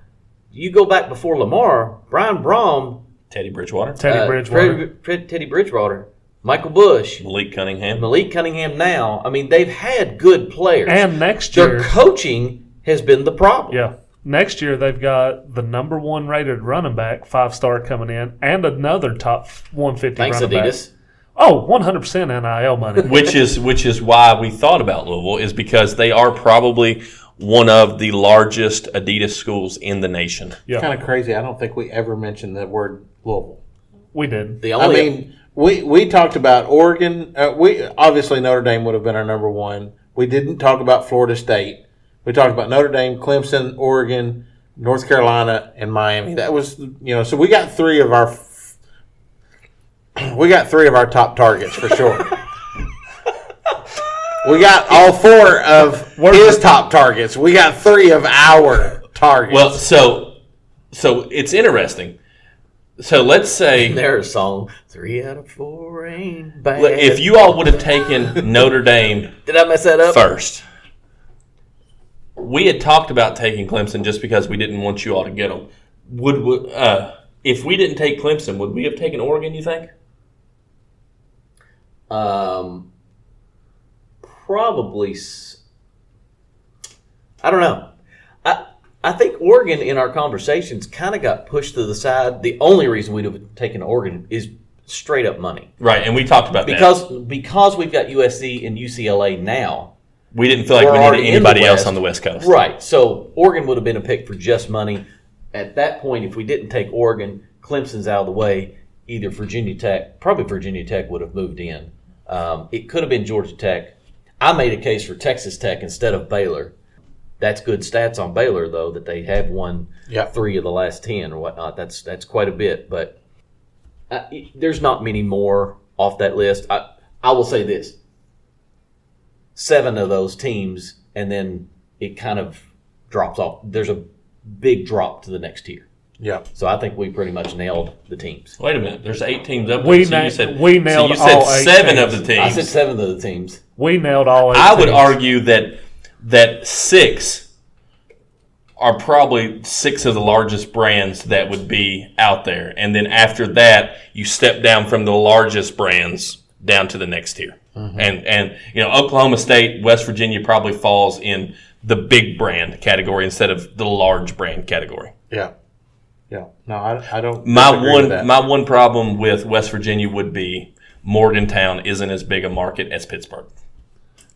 Speaker 7: You go back before Lamar, Brian Brom,
Speaker 3: Teddy Bridgewater,
Speaker 5: Teddy
Speaker 7: uh,
Speaker 5: Bridgewater.
Speaker 7: Fred- Fred- Teddy Bridgewater, Michael Bush,
Speaker 3: Malik Cunningham.
Speaker 7: Malik Cunningham. Now, I mean, they've had good players.
Speaker 5: and next
Speaker 7: their
Speaker 5: year,
Speaker 7: coaching has been the problem.
Speaker 5: yeah, next year they've got the number one rated running back, five star coming in, and another top 150
Speaker 7: Thanks,
Speaker 5: running back.
Speaker 7: Adidas.
Speaker 5: Oh, 100% NIL money.
Speaker 3: Which is which is why we thought about Louisville is because they are probably one of the largest Adidas schools in the nation.
Speaker 5: yeah,
Speaker 2: Kind of crazy. I don't think we ever mentioned the word Louisville.
Speaker 5: we did.
Speaker 7: The
Speaker 2: I
Speaker 3: Oh,
Speaker 7: only
Speaker 2: mean, we we talked about Oregon. Uh, we obviously Notre Dame would have been our number one. We didn't talk about Florida State. We talked about Notre Dame, Clemson, Oregon, North Carolina, and Miami. That was you know. So we got three of our f- we got three of our top targets for sure. we got all four of his top targets. We got three of our targets.
Speaker 3: Well, so so it's interesting. So let's say
Speaker 7: there's song three out of four ain't bad.
Speaker 3: if you all would have taken Notre Dame
Speaker 7: did I mess that up?
Speaker 3: first, we had talked about taking Clemson just because we didn't want you all to get them. Would we- uh, if we didn't take Clemson, would we have taken Oregon? You think?
Speaker 7: Um, probably. s- I don't know. I I think Oregon in our conversations kind of got pushed to the side. The only reason we'd have taken Oregon is straight up money
Speaker 3: Right, and we talked about that.
Speaker 7: because because we've got USC and UCLA now.
Speaker 3: We didn't feel like
Speaker 7: we're
Speaker 3: we
Speaker 7: already
Speaker 3: needed
Speaker 7: in the
Speaker 3: anybody else
Speaker 7: West.
Speaker 3: on the West Coast.
Speaker 7: Right. So Oregon would have been a pick for just money. At that point, if we didn't take Oregon, Clemson's out of the way. Either Virginia Tech, probably Virginia Tech would have moved in. Um, it could have been Georgia Tech. I made a case for Texas Tech instead of Baylor. That's good stats on Baylor though that they have won
Speaker 2: Yeah.
Speaker 7: three of the last ten or whatnot. That's that's quite a bit, but uh, it- there's not many more off that list. I I will say this: seven of those teams, and then it kind of drops off. There's a big drop to the next tier.
Speaker 2: Yeah.
Speaker 7: So I think we pretty much nailed the teams.
Speaker 3: Wait a minute. There's eight teams up. there,
Speaker 5: We
Speaker 3: so
Speaker 5: na-
Speaker 3: you said
Speaker 5: we
Speaker 3: so
Speaker 5: nailed
Speaker 3: you said
Speaker 5: all eight
Speaker 3: seven
Speaker 5: teams.
Speaker 3: of the
Speaker 7: I
Speaker 3: teams.
Speaker 7: said seven of the teams.
Speaker 5: We nailed all. Eight
Speaker 3: I would
Speaker 5: teams.
Speaker 3: argue that that six are probably six of the largest brands that would be out there, and then after that, you step down from the largest brands down to the next tier,
Speaker 2: Mm-hmm.
Speaker 3: and and you know Oklahoma State, West Virginia probably falls in the big brand category instead of the large brand category.
Speaker 2: Yeah. Yeah. No, I, I don't.
Speaker 3: My
Speaker 2: disagree with that.
Speaker 3: one my one problem with West Virginia would be Morgantown isn't as big a market as Pittsburgh.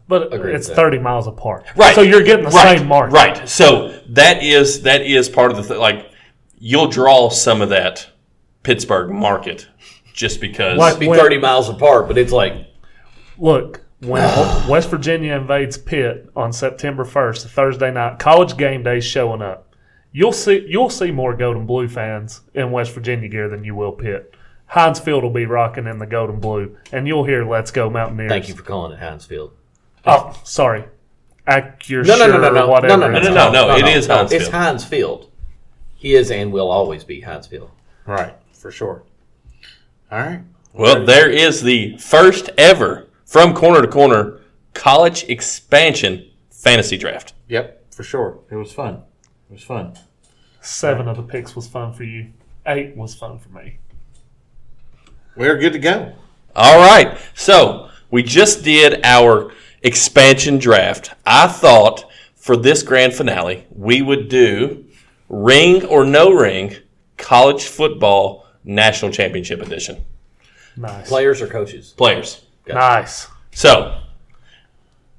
Speaker 5: but
Speaker 7: Agree
Speaker 5: it's
Speaker 7: with that.
Speaker 5: thirty miles apart.
Speaker 3: Right.
Speaker 5: So you're getting the
Speaker 3: right.
Speaker 5: same mark.
Speaker 3: Right. So that is that is part of the th- like you'll draw some of that Pittsburgh market just because
Speaker 5: Like
Speaker 7: Be
Speaker 5: when-
Speaker 7: thirty miles apart, but it's like
Speaker 5: Look, when West Virginia invades Pitt on September 1st, a Thursday night, college game day showing up. You'll see you'll see more Golden Blue fans in West Virginia gear than you will Pitt. Heinz Field will be rocking in the Golden Blue, and you'll hear "Let's Go Mountaineers."
Speaker 7: thank you for calling it Heinz Field.
Speaker 5: Oh, sorry, Accuracy.
Speaker 7: No, no, no, no, no,
Speaker 5: whatever.
Speaker 7: no, no,
Speaker 3: No,
Speaker 7: no,
Speaker 3: no,
Speaker 7: no,
Speaker 3: no,
Speaker 7: no,
Speaker 3: it
Speaker 7: no,
Speaker 3: is
Speaker 7: no.
Speaker 3: Heinz
Speaker 7: It's
Speaker 3: Field.
Speaker 7: Heinz Field. He is and will always be Heinz Field.
Speaker 2: Right. For sure. All right.
Speaker 3: well there is the first ever from corner to corner college expansion fantasy draft.
Speaker 2: Yep. For sure. It was fun. It was fun.
Speaker 5: Seven of the picks was fun for you. Eight was fun for me.
Speaker 2: We're good to go.
Speaker 3: All right. So we just did our expansion draft. I thought for this grand finale, we would do ring or no ring college football national championship edition
Speaker 5: Nice,
Speaker 7: Players or coaches?
Speaker 3: players.
Speaker 5: nice.
Speaker 3: So,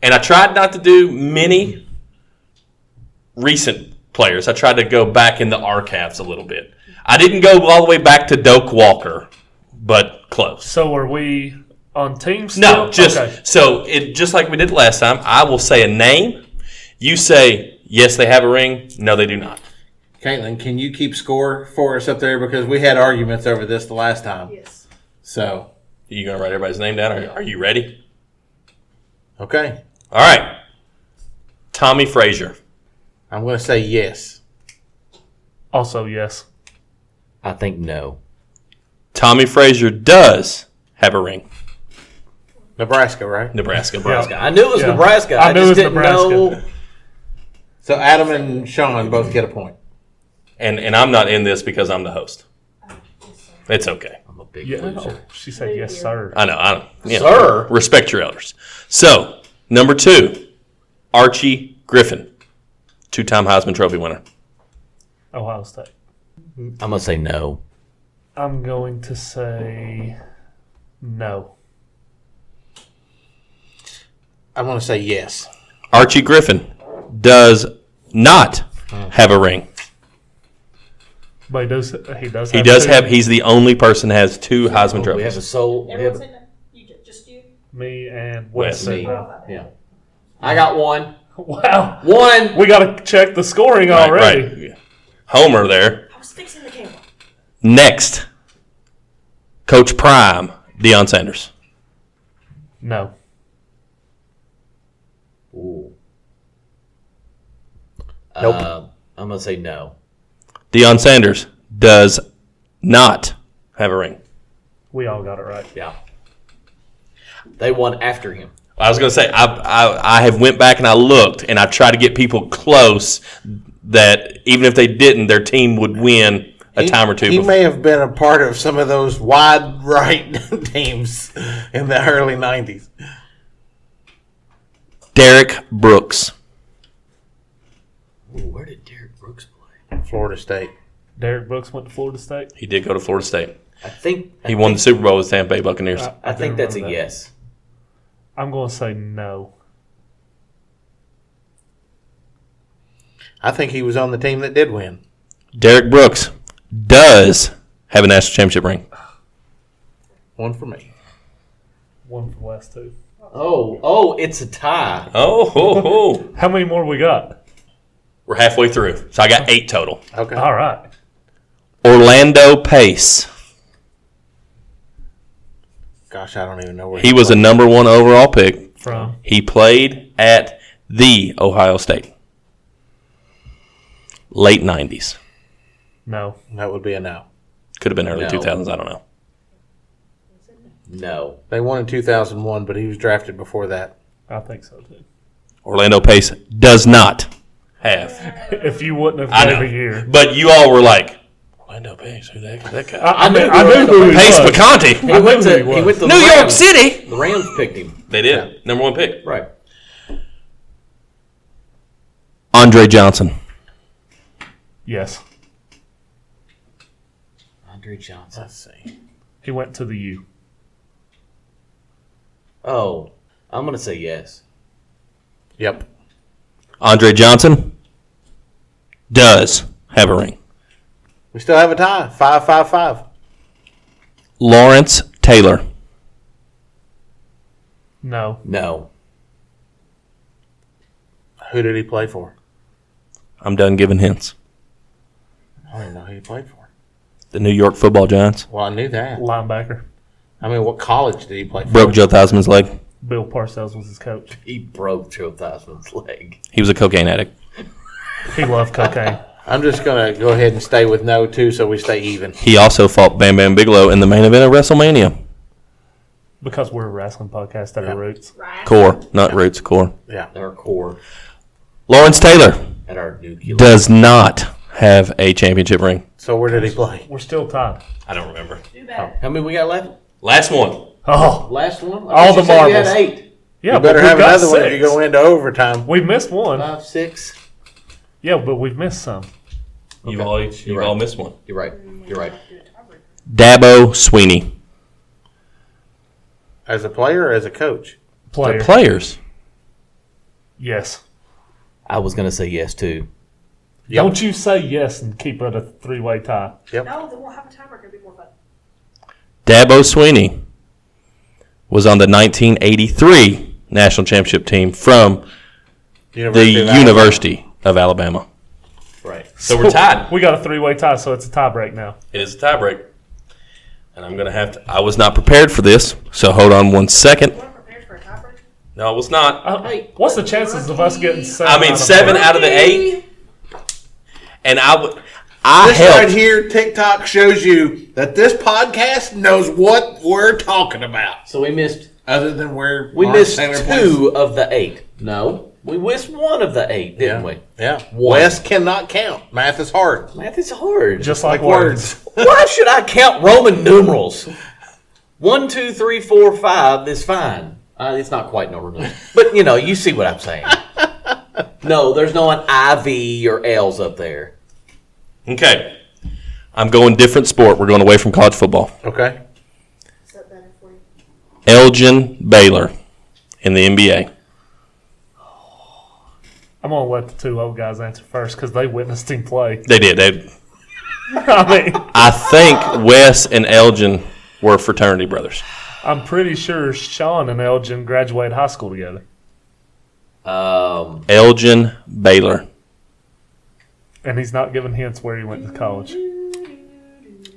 Speaker 3: and I tried not to do many recent players. I tried to go back in the archives a little bit. I didn't go all the way back to Doak Walker, but close.
Speaker 5: So are we on teams?
Speaker 3: No,
Speaker 5: still?
Speaker 3: just
Speaker 5: Okay.
Speaker 3: so it just like we did last time. I will say a name. You say yes, they have a ring. No, they do not.
Speaker 2: Caitlin, can you keep score for us up there because we had arguments over this the last time.
Speaker 6: Yes.
Speaker 2: So
Speaker 3: You gonna write everybody's name down? Are, are you ready?
Speaker 2: okay,
Speaker 3: All right. Tommy Frazier,
Speaker 2: I'm going to say yes.
Speaker 5: also yes.
Speaker 4: I think no.
Speaker 3: Tommy Frazier does have a ring.
Speaker 2: Nebraska, right?
Speaker 3: Nebraska.
Speaker 5: Yeah.
Speaker 7: I knew it was
Speaker 5: Yeah.
Speaker 7: Nebraska.
Speaker 5: I
Speaker 7: I,
Speaker 5: knew it
Speaker 7: just
Speaker 5: was
Speaker 7: didn't
Speaker 5: Nebraska.
Speaker 7: know.
Speaker 2: So Adam and Sean both get a point.
Speaker 3: And and I'm not in this because I'm the host. It's okay.
Speaker 7: I'm a big
Speaker 5: Yeah.
Speaker 7: loser.
Speaker 5: She said yes, sir.
Speaker 3: I know. I don't. You know,
Speaker 7: Sir.
Speaker 3: respect your elders. So number two, Archie Griffin, two-time Heisman Trophy winner.
Speaker 5: Ohio State.
Speaker 4: I'm gonna say no.
Speaker 5: I'm going to say no.
Speaker 2: I'm going to say yes.
Speaker 3: Archie Griffin does not have a ring.
Speaker 5: But he does. He does.
Speaker 3: He
Speaker 5: have
Speaker 3: does
Speaker 5: two.
Speaker 3: have. He's the only person that has two Heisman
Speaker 7: We have
Speaker 3: trophies.
Speaker 7: a soul. we
Speaker 6: Everyone
Speaker 7: have a-
Speaker 6: say no. You ju- just you.
Speaker 5: me and
Speaker 3: Wes.
Speaker 5: Wes.
Speaker 7: me.
Speaker 5: Wow.
Speaker 7: Yeah. I got one.
Speaker 5: One. We got to check the scoring
Speaker 3: Right,
Speaker 5: already.
Speaker 3: right. Yeah. Homer there.
Speaker 6: I was fixing the camera.
Speaker 3: Next, Coach Prime Deion Sanders.
Speaker 5: No.
Speaker 7: Ooh.
Speaker 2: Nope.
Speaker 7: Uh, I'm gonna say no.
Speaker 3: Deion Sanders does not have a ring.
Speaker 5: We all got it right.
Speaker 7: Yeah. They won after him.
Speaker 3: I was going to say I, I I have went back and I looked and I tried to get people close that even if they didn't, their team would win a time or two.
Speaker 2: He
Speaker 3: before.
Speaker 2: may have been a part of some of those wide right teams in the early 90s.
Speaker 3: Derek Brooks.
Speaker 7: Ooh, where did Derek Brooks play?
Speaker 2: Florida State.
Speaker 5: Derek Brooks went to Florida State.
Speaker 3: He did go to Florida State.
Speaker 7: I think
Speaker 3: He won the Super Bowl with the Tampa Bay Buccaneers.
Speaker 5: I,
Speaker 7: I
Speaker 5: do
Speaker 7: think that's a
Speaker 5: remember that.
Speaker 7: yes.
Speaker 5: I'm going to say no.
Speaker 2: I think he was on the team that did win.
Speaker 3: Derek Brooks does have a national championship ring.
Speaker 2: One for me.
Speaker 5: One for the last two.
Speaker 7: Oh, oh, it's a tie.
Speaker 3: Oh, ho, ho.
Speaker 5: How many more we got?
Speaker 3: we're halfway through. So I got eight total.
Speaker 2: Okay.
Speaker 5: All right.
Speaker 3: Orlando Pace.
Speaker 2: Gosh, I don't even know where
Speaker 3: He was a number one overall pick.
Speaker 5: From
Speaker 3: He played at the Ohio State. Late 90s.
Speaker 5: no.
Speaker 2: That would be a no.
Speaker 3: Could have been early
Speaker 7: No.
Speaker 3: 2000s. I don't know.
Speaker 7: No.
Speaker 2: They won in 2001, but he was drafted before that.
Speaker 5: I think so too.
Speaker 3: Orlando Pace does not have.
Speaker 5: If you wouldn't have
Speaker 3: I
Speaker 5: gave
Speaker 3: know.
Speaker 5: a year,
Speaker 3: But you all were like, Orlando Pace, who the heck is that guy?
Speaker 5: I, I, knew,
Speaker 7: knew
Speaker 5: I knew who he
Speaker 3: Pace
Speaker 5: was.
Speaker 3: Picanti.
Speaker 7: He
Speaker 5: knew
Speaker 7: went
Speaker 5: who
Speaker 7: to
Speaker 5: he was.
Speaker 7: he went to
Speaker 3: New
Speaker 7: the
Speaker 3: York
Speaker 7: Rams.
Speaker 3: City.
Speaker 7: The Rams picked him.
Speaker 3: They did. Number one pick.
Speaker 7: Right.
Speaker 3: Andre Johnson.
Speaker 5: Yes,
Speaker 7: Andre Johnson.
Speaker 2: Let's see.
Speaker 5: he went to the U.
Speaker 7: Oh, I'm gonna say yes.
Speaker 2: Yep.
Speaker 3: Andre Johnson does have a ring.
Speaker 2: We still have a tie. Five, five, five.
Speaker 3: Lawrence Taylor.
Speaker 5: No,
Speaker 7: No.
Speaker 2: Who did he play for?
Speaker 3: I'm done giving hints.
Speaker 2: I don't even know who he played for.
Speaker 3: The New York football giants.
Speaker 2: Well, I knew that.
Speaker 5: linebacker.
Speaker 2: I mean, what college did he play for?
Speaker 3: Broke Joe Theismann's leg.
Speaker 5: Bill Parcells was his coach.
Speaker 7: He broke Joe Theismann's leg.
Speaker 3: He was a cocaine addict.
Speaker 5: He loved cocaine.
Speaker 2: I'm just going to go ahead and stay with no, too, so we stay even.
Speaker 3: He also fought Bam Bam Bigelow in the main event of WrestleMania.
Speaker 5: Because we're a wrestling podcast at our roots.
Speaker 6: Right.
Speaker 3: Core, not roots, core.
Speaker 2: Yeah.
Speaker 7: At our core.
Speaker 3: Lawrence Taylor
Speaker 7: At our nuclear.
Speaker 3: does not have a championship ring.
Speaker 2: So where did he play?
Speaker 5: We're still tied.
Speaker 3: I don't remember.
Speaker 6: Do better.
Speaker 7: How many we got left?
Speaker 3: Last one.
Speaker 5: Oh,
Speaker 7: Last one. I
Speaker 5: All
Speaker 7: thought
Speaker 5: the
Speaker 7: you said We had
Speaker 5: marbles.
Speaker 7: eight.
Speaker 5: yeah.
Speaker 2: You better
Speaker 5: but we've
Speaker 2: have
Speaker 5: got
Speaker 2: another one if
Speaker 5: six.
Speaker 2: you go into overtime.
Speaker 5: We missed one.
Speaker 7: Five, six.
Speaker 5: Yeah, but we've missed some.
Speaker 3: You've all, you've
Speaker 7: You're right. all
Speaker 3: missed one.
Speaker 7: You're right. You're right.
Speaker 3: Dabo Sweeney.
Speaker 2: As a player or as a coach?
Speaker 5: Player.
Speaker 3: The players.
Speaker 5: yes.
Speaker 7: I was gonna say yes too.
Speaker 2: Yep.
Speaker 5: Don't you say yes and keep it a three way tie.
Speaker 6: No, then we'll have a tiebreaker. It'll be more fun.
Speaker 3: Dabo Sweeney was on the 1983 national championship team from the
Speaker 2: University of Alabama.
Speaker 3: University of Alabama.
Speaker 7: Right.
Speaker 3: So we're tied.
Speaker 5: We got a three way tie, so it's a tie break now.
Speaker 3: It is a tiebreak. And I'm going to have to. I was not prepared for this, so hold on one second.
Speaker 6: We're prepared for a tiebreaker.
Speaker 3: No, I was not.
Speaker 5: Uh, what's the chances of us getting seven?
Speaker 3: I mean,
Speaker 5: out of
Speaker 3: seven
Speaker 5: four?
Speaker 3: out of the eight. And I would. I
Speaker 2: This right
Speaker 3: helped.
Speaker 2: here, TikTok shows you that this podcast knows what we're talking about.
Speaker 7: So we missed.
Speaker 2: Other than where
Speaker 7: We
Speaker 2: Lawrence
Speaker 7: missed
Speaker 2: Taylor
Speaker 7: two
Speaker 2: plays.
Speaker 7: of the eight. No, we missed one of the eight, didn't we?
Speaker 2: Yeah.
Speaker 7: One.
Speaker 2: West cannot count. Math is hard.
Speaker 7: Math is hard.
Speaker 5: Just like, words.
Speaker 7: Why should I count Roman numerals? One, two, three, four, five is fine. Uh, it's not quite Roman numerals, but you know, you see what I'm saying. No, there's no an IV or L's up there.
Speaker 3: Okay. I'm going different sport. We're going away from college football.
Speaker 2: Okay.
Speaker 6: Is that better for you?
Speaker 3: Elgin Baylor in the NBA.
Speaker 5: I'm going to let the two old guys answer first because they witnessed him play.
Speaker 3: They did. They,
Speaker 5: I mean,
Speaker 3: I think Wes and Elgin were fraternity brothers.
Speaker 5: I'm pretty sure Sean and Elgin graduated high school together.
Speaker 7: Um,
Speaker 3: Elgin Baylor.
Speaker 5: And he's not giving hints where he went to college.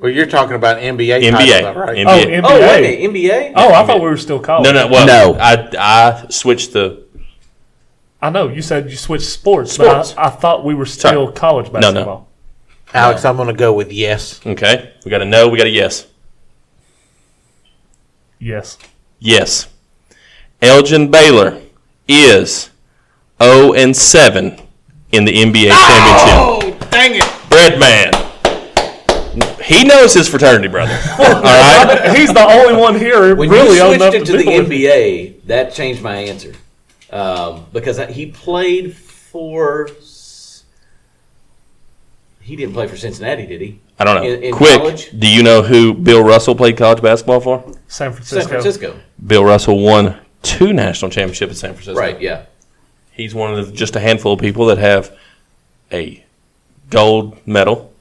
Speaker 2: Well, you're talking about NBA.
Speaker 3: NBA.
Speaker 2: Title, right?
Speaker 5: Oh,
Speaker 3: NBA.
Speaker 5: NBA.
Speaker 7: oh,
Speaker 5: Oh,
Speaker 7: wait a minute, NBA.
Speaker 5: I thought we were still college.
Speaker 3: no, no, well,
Speaker 7: No.
Speaker 3: I, I switched the.
Speaker 5: I know you said you switched sports,
Speaker 3: Sports.
Speaker 5: but I, I thought we were still
Speaker 3: Sorry.
Speaker 5: college
Speaker 3: no.
Speaker 5: basketball.
Speaker 2: Alex, I'm going to go with yes.
Speaker 3: Okay. We got a no. We got a yes.
Speaker 5: Yes,
Speaker 3: Yes. Elgin Baylor is 0 and 7 in the NBA championship.
Speaker 2: dang it.
Speaker 3: Breadman. He knows his fraternity brother. All right.
Speaker 5: he's the only one here
Speaker 7: When
Speaker 5: really
Speaker 7: you
Speaker 5: old enough
Speaker 7: switched
Speaker 5: to,
Speaker 7: it to the
Speaker 5: deal with-
Speaker 7: NBA, that changed my answer um, because I- he played for. s- He didn't play for Cincinnati, did he?
Speaker 3: I don't know.
Speaker 7: In- in
Speaker 3: Quick,
Speaker 7: college?
Speaker 3: do you know who Bill Russell played college basketball for?
Speaker 5: San Francisco.
Speaker 7: San Francisco.
Speaker 3: Bill Russell won two national championships at San Francisco.
Speaker 7: Right, yeah.
Speaker 3: He's one of the, just a handful of people that have a gold medal,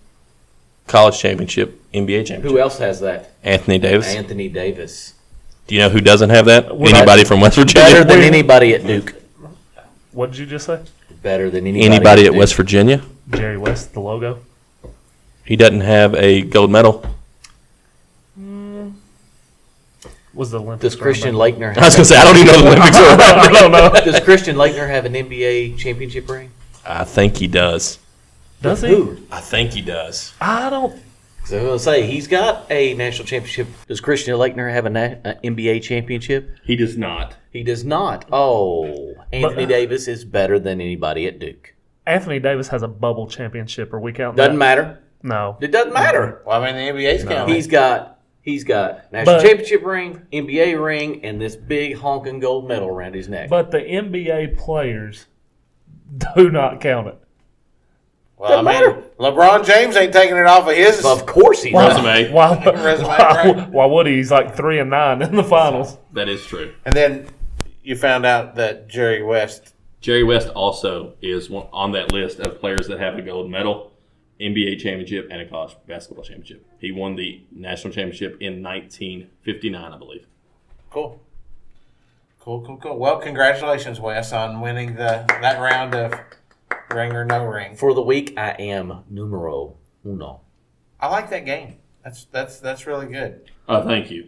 Speaker 3: college championship, NBA championship.
Speaker 7: Who else has that?
Speaker 3: Anthony Davis.
Speaker 7: Anthony Davis.
Speaker 3: do you know who doesn't have that?
Speaker 5: Well,
Speaker 3: Anybody from West
Speaker 4: Better
Speaker 3: Virginia?
Speaker 4: than anybody at Duke.
Speaker 5: What did you just say?
Speaker 7: Better than anybody.
Speaker 3: Anybody at West Virginia?
Speaker 5: Jerry West, the logo.
Speaker 3: He doesn't have a gold medal.
Speaker 5: Was the Olympics.
Speaker 7: Does Christian
Speaker 5: Lake?
Speaker 7: Laettner
Speaker 3: I was
Speaker 7: have,
Speaker 3: going to say, I don't even know the Olympics are
Speaker 5: I don't know.
Speaker 7: does Christian Laettner have an NBA championship ring?
Speaker 3: I think he does.
Speaker 5: Does he?
Speaker 7: Who?
Speaker 3: I think he does.
Speaker 5: I don't.
Speaker 7: So I'm gonna say he's got a national championship. Does Christian Laettner have an NBA championship?
Speaker 3: He does not.
Speaker 7: He does not. Oh,
Speaker 5: uh,
Speaker 7: Anthony Davis is better than anybody at Duke.
Speaker 5: Anthony Davis has a bubble championship. Are we counting
Speaker 7: Doesn't
Speaker 5: that?
Speaker 7: matter.
Speaker 5: No.
Speaker 7: It doesn't matter.
Speaker 2: Well, I mean, the NBA's counting.
Speaker 7: He's got he's got national
Speaker 5: But-
Speaker 7: championship ring, NBA ring, and this big honking gold medal around his neck.
Speaker 5: But the NBA players do not count it.
Speaker 2: well, I mean,
Speaker 7: matter.
Speaker 2: LeBron James ain't taking it off of his.
Speaker 7: of course he does.
Speaker 3: Resume.
Speaker 5: Why,
Speaker 2: Resume,
Speaker 5: why,
Speaker 2: right?
Speaker 5: why would he? He's like three and nine in the finals.
Speaker 3: That is true.
Speaker 2: And then you found out that Jerry West.
Speaker 3: Jerry West also is one, on that list of players that have a gold medal, NBA championship, and a college basketball championship. He won the national championship in 1959, I believe.
Speaker 2: Cool. Cool, cool, cool. Well, congratulations, Wes, on winning the that round of ring or no ring.
Speaker 7: For the week, I am numero uno.
Speaker 2: I like that game. That's that's that's really good.
Speaker 3: Oh, thank you.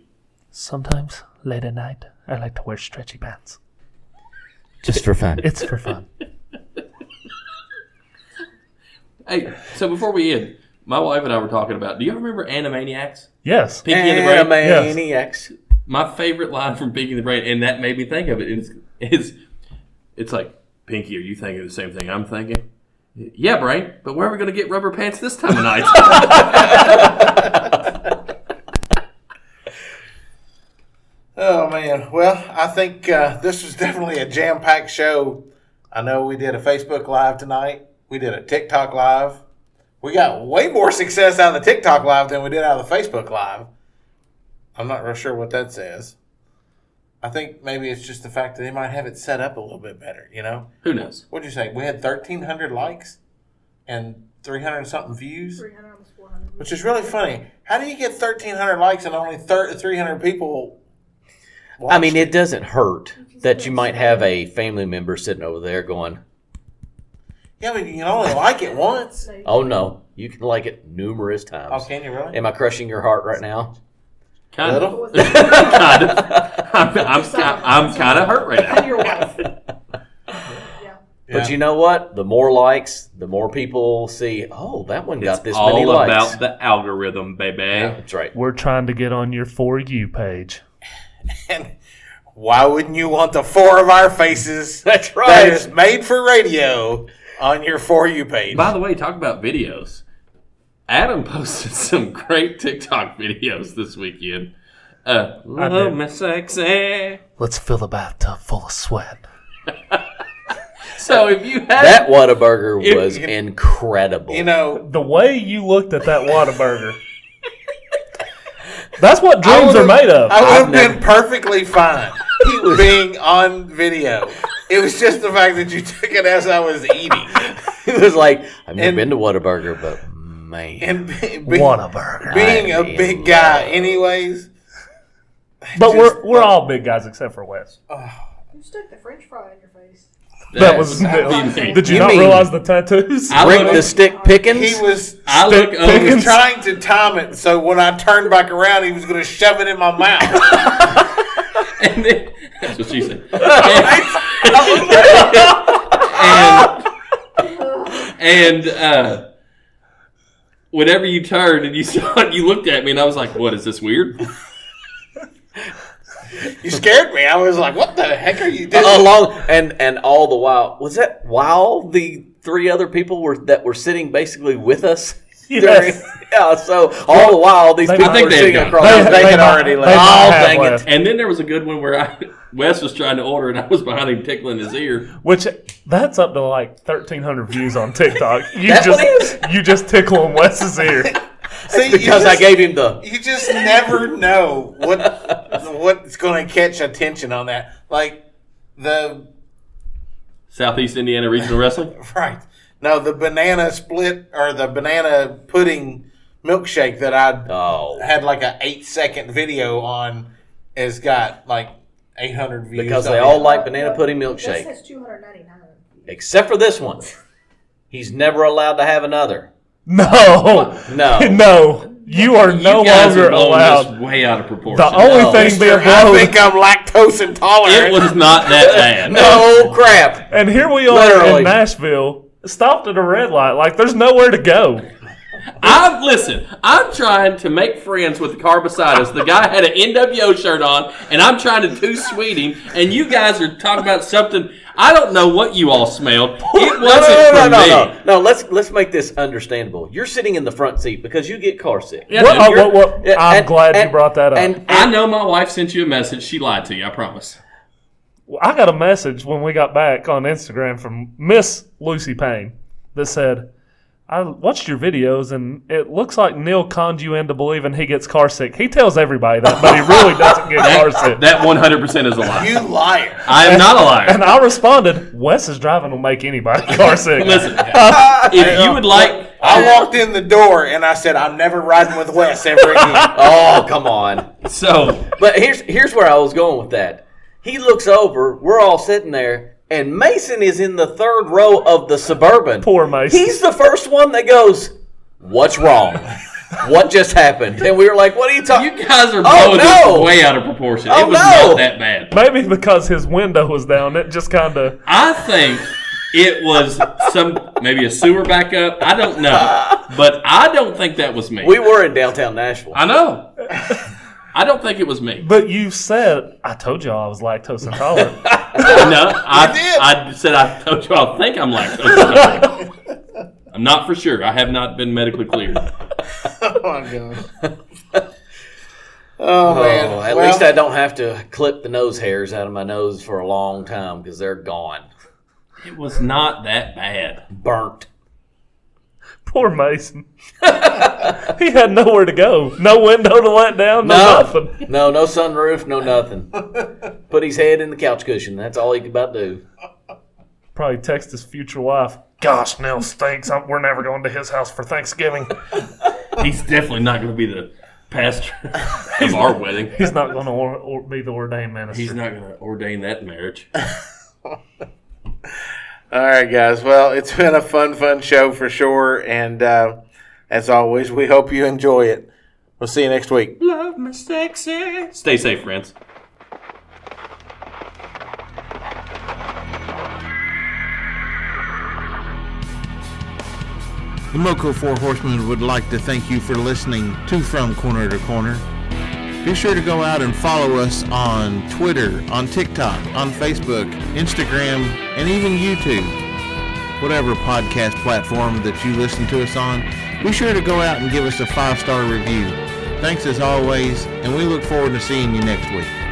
Speaker 5: Sometimes late at night, I like to wear stretchy pants.
Speaker 4: Just for fun.
Speaker 5: It's for fun.
Speaker 3: Hey, so before we end, my wife and I were talking about. Do you remember Animaniacs?
Speaker 5: yes.
Speaker 3: Pinky and the Brain.
Speaker 7: Animaniacs.
Speaker 3: My favorite line from Pinky and the Brain, and that made me think of it. It's it's, it's like Pinky, are you thinking the same thing I'm thinking? Yeah, Brain. But where are we going to get rubber pants this time of night?
Speaker 2: Oh man. Well, I think uh, this was definitely a jam packed show. I know we did a Facebook live tonight. We did a TikTok live. We got way more success out of the TikTok live than we did out of the Facebook live. I'm not real sure what that says. I think maybe it's just the fact that they might have it set up a little bit better. You know,
Speaker 3: Who knows?
Speaker 2: what'd you say? We had 1,300 likes and 300 and something views.
Speaker 6: 300, almost 400.
Speaker 2: which is really funny. How do you get 1,300 likes and only thir- 300 people?
Speaker 7: I mean, it doesn't hurt that you might have a family member sitting over there going,
Speaker 2: Yeah, but you can only like it once.
Speaker 7: "Oh no, you can like it numerous times."
Speaker 2: Oh, can you really?
Speaker 7: Am I crushing your heart right now?
Speaker 3: Kind
Speaker 2: Little?
Speaker 6: What was that?
Speaker 3: kind of. I'm, I'm, ki- I'm kind of hurt right
Speaker 6: And
Speaker 3: now.
Speaker 6: your wife. Yeah.
Speaker 7: But you know what? The more likes, the more people see. Oh, that one got this many
Speaker 3: All
Speaker 7: likes.
Speaker 3: about the algorithm, baby.
Speaker 7: That's right.
Speaker 5: We're trying to get on your For You page.
Speaker 2: And why wouldn't you want the four of our faces
Speaker 7: That's
Speaker 2: that is made for radio on your For You page?
Speaker 3: By the way, talk about videos. Adam posted some great TikTok videos this weekend. Uh, love me sexy.
Speaker 5: Let's fill the bathtub full of sweat.
Speaker 3: So if you have
Speaker 7: That Whataburger
Speaker 3: You-
Speaker 7: was
Speaker 2: you-
Speaker 7: incredible.
Speaker 2: You know,
Speaker 5: The way you looked at that Whataburger. That's what
Speaker 2: I
Speaker 5: dreams are
Speaker 2: would've-
Speaker 5: made of.
Speaker 2: I would have
Speaker 7: I've
Speaker 2: been perfectly fine being on video. It was just the fact that you took it as I was eating.
Speaker 7: it was like I've never
Speaker 2: And-
Speaker 7: been to Whataburger, but man,
Speaker 2: And be, be-
Speaker 5: Whataburger.
Speaker 2: being a
Speaker 7: I
Speaker 2: big guy, anyways.
Speaker 5: But
Speaker 2: just-
Speaker 5: we're we're all big guys except for Wes.
Speaker 6: You stuck the french fry in your face.
Speaker 5: That was
Speaker 3: That's-
Speaker 5: Did you,
Speaker 7: You
Speaker 5: not
Speaker 7: mean-
Speaker 5: realize the tattoos?
Speaker 3: I
Speaker 7: Rick
Speaker 3: look-
Speaker 7: the Stick Pickens.
Speaker 2: He was
Speaker 3: I look
Speaker 5: Stick
Speaker 3: over.
Speaker 5: fingers.
Speaker 2: trying to time it so when I turned back around, he was going to shove it in my mouth.
Speaker 3: And then, that's what she said. and and uh, whenever you turned and you saw it, you looked at me, and I was like, "What is this weird?"
Speaker 2: you scared me. I was like, "What the heck are you doing?"
Speaker 7: along and and all the while was that while the three other people were that were sitting basically with us
Speaker 5: Yes.
Speaker 7: yeah so all the while these
Speaker 5: They-
Speaker 7: people
Speaker 5: I
Speaker 3: think
Speaker 7: were
Speaker 3: they had
Speaker 7: sitting
Speaker 3: gone.
Speaker 7: across
Speaker 5: They-
Speaker 7: the
Speaker 5: they
Speaker 7: table.
Speaker 5: had
Speaker 2: already left.
Speaker 5: might
Speaker 7: Oh,
Speaker 5: have
Speaker 7: dang it.
Speaker 5: left.
Speaker 3: And then there was a good one where I, Wes was trying to order, and I was behind him tickling his ear.
Speaker 5: Which That's up to like thirteen hundred views on TikTok. You
Speaker 7: That's
Speaker 5: just
Speaker 7: what it is?
Speaker 5: you just tickle in Wes's ear.
Speaker 2: See, you
Speaker 7: because I
Speaker 2: just-
Speaker 7: gave him the
Speaker 2: You just never know what what's going to catch attention on that. Like the
Speaker 3: Southeast Indiana Regional Wrestling.
Speaker 2: right, no, the banana split or the banana pudding milkshake that I
Speaker 7: oh
Speaker 2: had like a eight second video on has got like eight hundred views
Speaker 7: because
Speaker 2: on
Speaker 7: they
Speaker 2: it.
Speaker 7: all like banana pudding
Speaker 6: This
Speaker 7: milkshake
Speaker 6: says 299.
Speaker 7: except for this one. He's never allowed to have another.
Speaker 5: No,
Speaker 7: No.
Speaker 5: no, you are no
Speaker 3: you guys
Speaker 5: longer
Speaker 3: are blowing
Speaker 5: allowed.
Speaker 3: This way out of proportion.
Speaker 5: The only
Speaker 7: No.
Speaker 5: thing being
Speaker 2: I
Speaker 5: blown,
Speaker 2: think I'm lactose intolerant.
Speaker 3: it was not that bad.
Speaker 7: No Oh, crap.
Speaker 5: and here we are
Speaker 7: Literally.
Speaker 5: in Nashville, stopped at a red light. Like there's nowhere to go.
Speaker 3: I'm listen. I'm trying to make friends with the car beside us. The guy had an NWO shirt on, and I'm trying to too sweet him. And you guys are talking about something. I don't know what you all smelled. It wasn't
Speaker 7: no, no, uh, no,
Speaker 3: for
Speaker 7: no,
Speaker 3: me.
Speaker 7: no, no. Let's let's make this understandable. You're sitting in the front seat because you get car sick.
Speaker 3: Yeah,
Speaker 5: What-
Speaker 3: dude,
Speaker 5: oh,
Speaker 3: you're-
Speaker 5: what- what-
Speaker 7: Yeah,
Speaker 5: I'm
Speaker 7: and-
Speaker 5: glad
Speaker 7: and-
Speaker 5: you brought that up.
Speaker 7: And,
Speaker 3: I know my wife sent you a message. She lied to you. I promise.
Speaker 5: Well, I got a message when we got back on Instagram from Miss Lucy Payne that said, I watched your videos and it looks like Neil conned you into believing he gets car sick. He tells everybody that, but he really doesn't get car sick.
Speaker 3: That 100 percent is a lie.
Speaker 2: you liar.
Speaker 3: I am not a liar.
Speaker 5: And I responded, Wes's driving will make anybody car sick.
Speaker 3: Listen, if you would like,
Speaker 2: I walked in the door and I said, "I'm never riding with Wes ever again."
Speaker 7: oh, come on.
Speaker 3: so
Speaker 7: But here's here's where I was going with that. He looks over. We're all sitting there, and Mason is in the third row of the suburban.
Speaker 5: Poor Mason.
Speaker 7: He's the first one that goes, "What's wrong? what just happened?" And we were like, "What are you
Speaker 3: you
Speaker 7: talking?"
Speaker 3: guys are
Speaker 7: Oh,
Speaker 3: blowing
Speaker 7: no.
Speaker 3: this way out of proportion.
Speaker 7: Oh,
Speaker 3: it was
Speaker 7: no.
Speaker 3: not that bad.
Speaker 5: Maybe because his window was down, it just kind of.
Speaker 3: I think it was some maybe a sewer backup. I don't know, but I don't think that was me.
Speaker 7: We were in downtown Nashville.
Speaker 3: I know. I don't think it was me.
Speaker 5: But you said, I told y'all I was lactose intolerant.
Speaker 3: No, I, I said I told you I think I'm lactose intolerant. I'm not for sure. I have not been medically cleared.
Speaker 2: oh my god. Oh, man.
Speaker 7: Oh, at
Speaker 2: Well-
Speaker 7: least I don't have to clip the nose hairs out of my nose for a long time because they're gone,
Speaker 3: It was not that bad.
Speaker 7: burnt.
Speaker 5: Poor Mason. he had nowhere to go. No window to let down, no, nothing.
Speaker 7: no, no sunroof, no nothing. Put his head in the couch cushion. That's all he could about do.
Speaker 5: probably text his future wife. Gosh, Nell stinks. I'm, we're never going to his house for Thanksgiving.
Speaker 3: He's definitely not going to be the pastor of our wedding.
Speaker 5: He's not going to or, or be the ordained minister.
Speaker 3: He's not going to ordain that marriage.
Speaker 2: All right, guys. Well, it's been a fun, fun show for sure. And uh, as always, we hope you enjoy it. We'll see you next week.
Speaker 3: Love me sexy. Stay safe, friends.
Speaker 8: The Moco Four Horsemen would like to thank you for listening to From Corner to Corner. Be sure to go out and follow us on Twitter, on TikTok, on Facebook, Instagram, and even YouTube. Whatever podcast platform that you listen to us on, be sure to go out and give us a five-star review. Thanks as always, and we look forward to seeing you next week.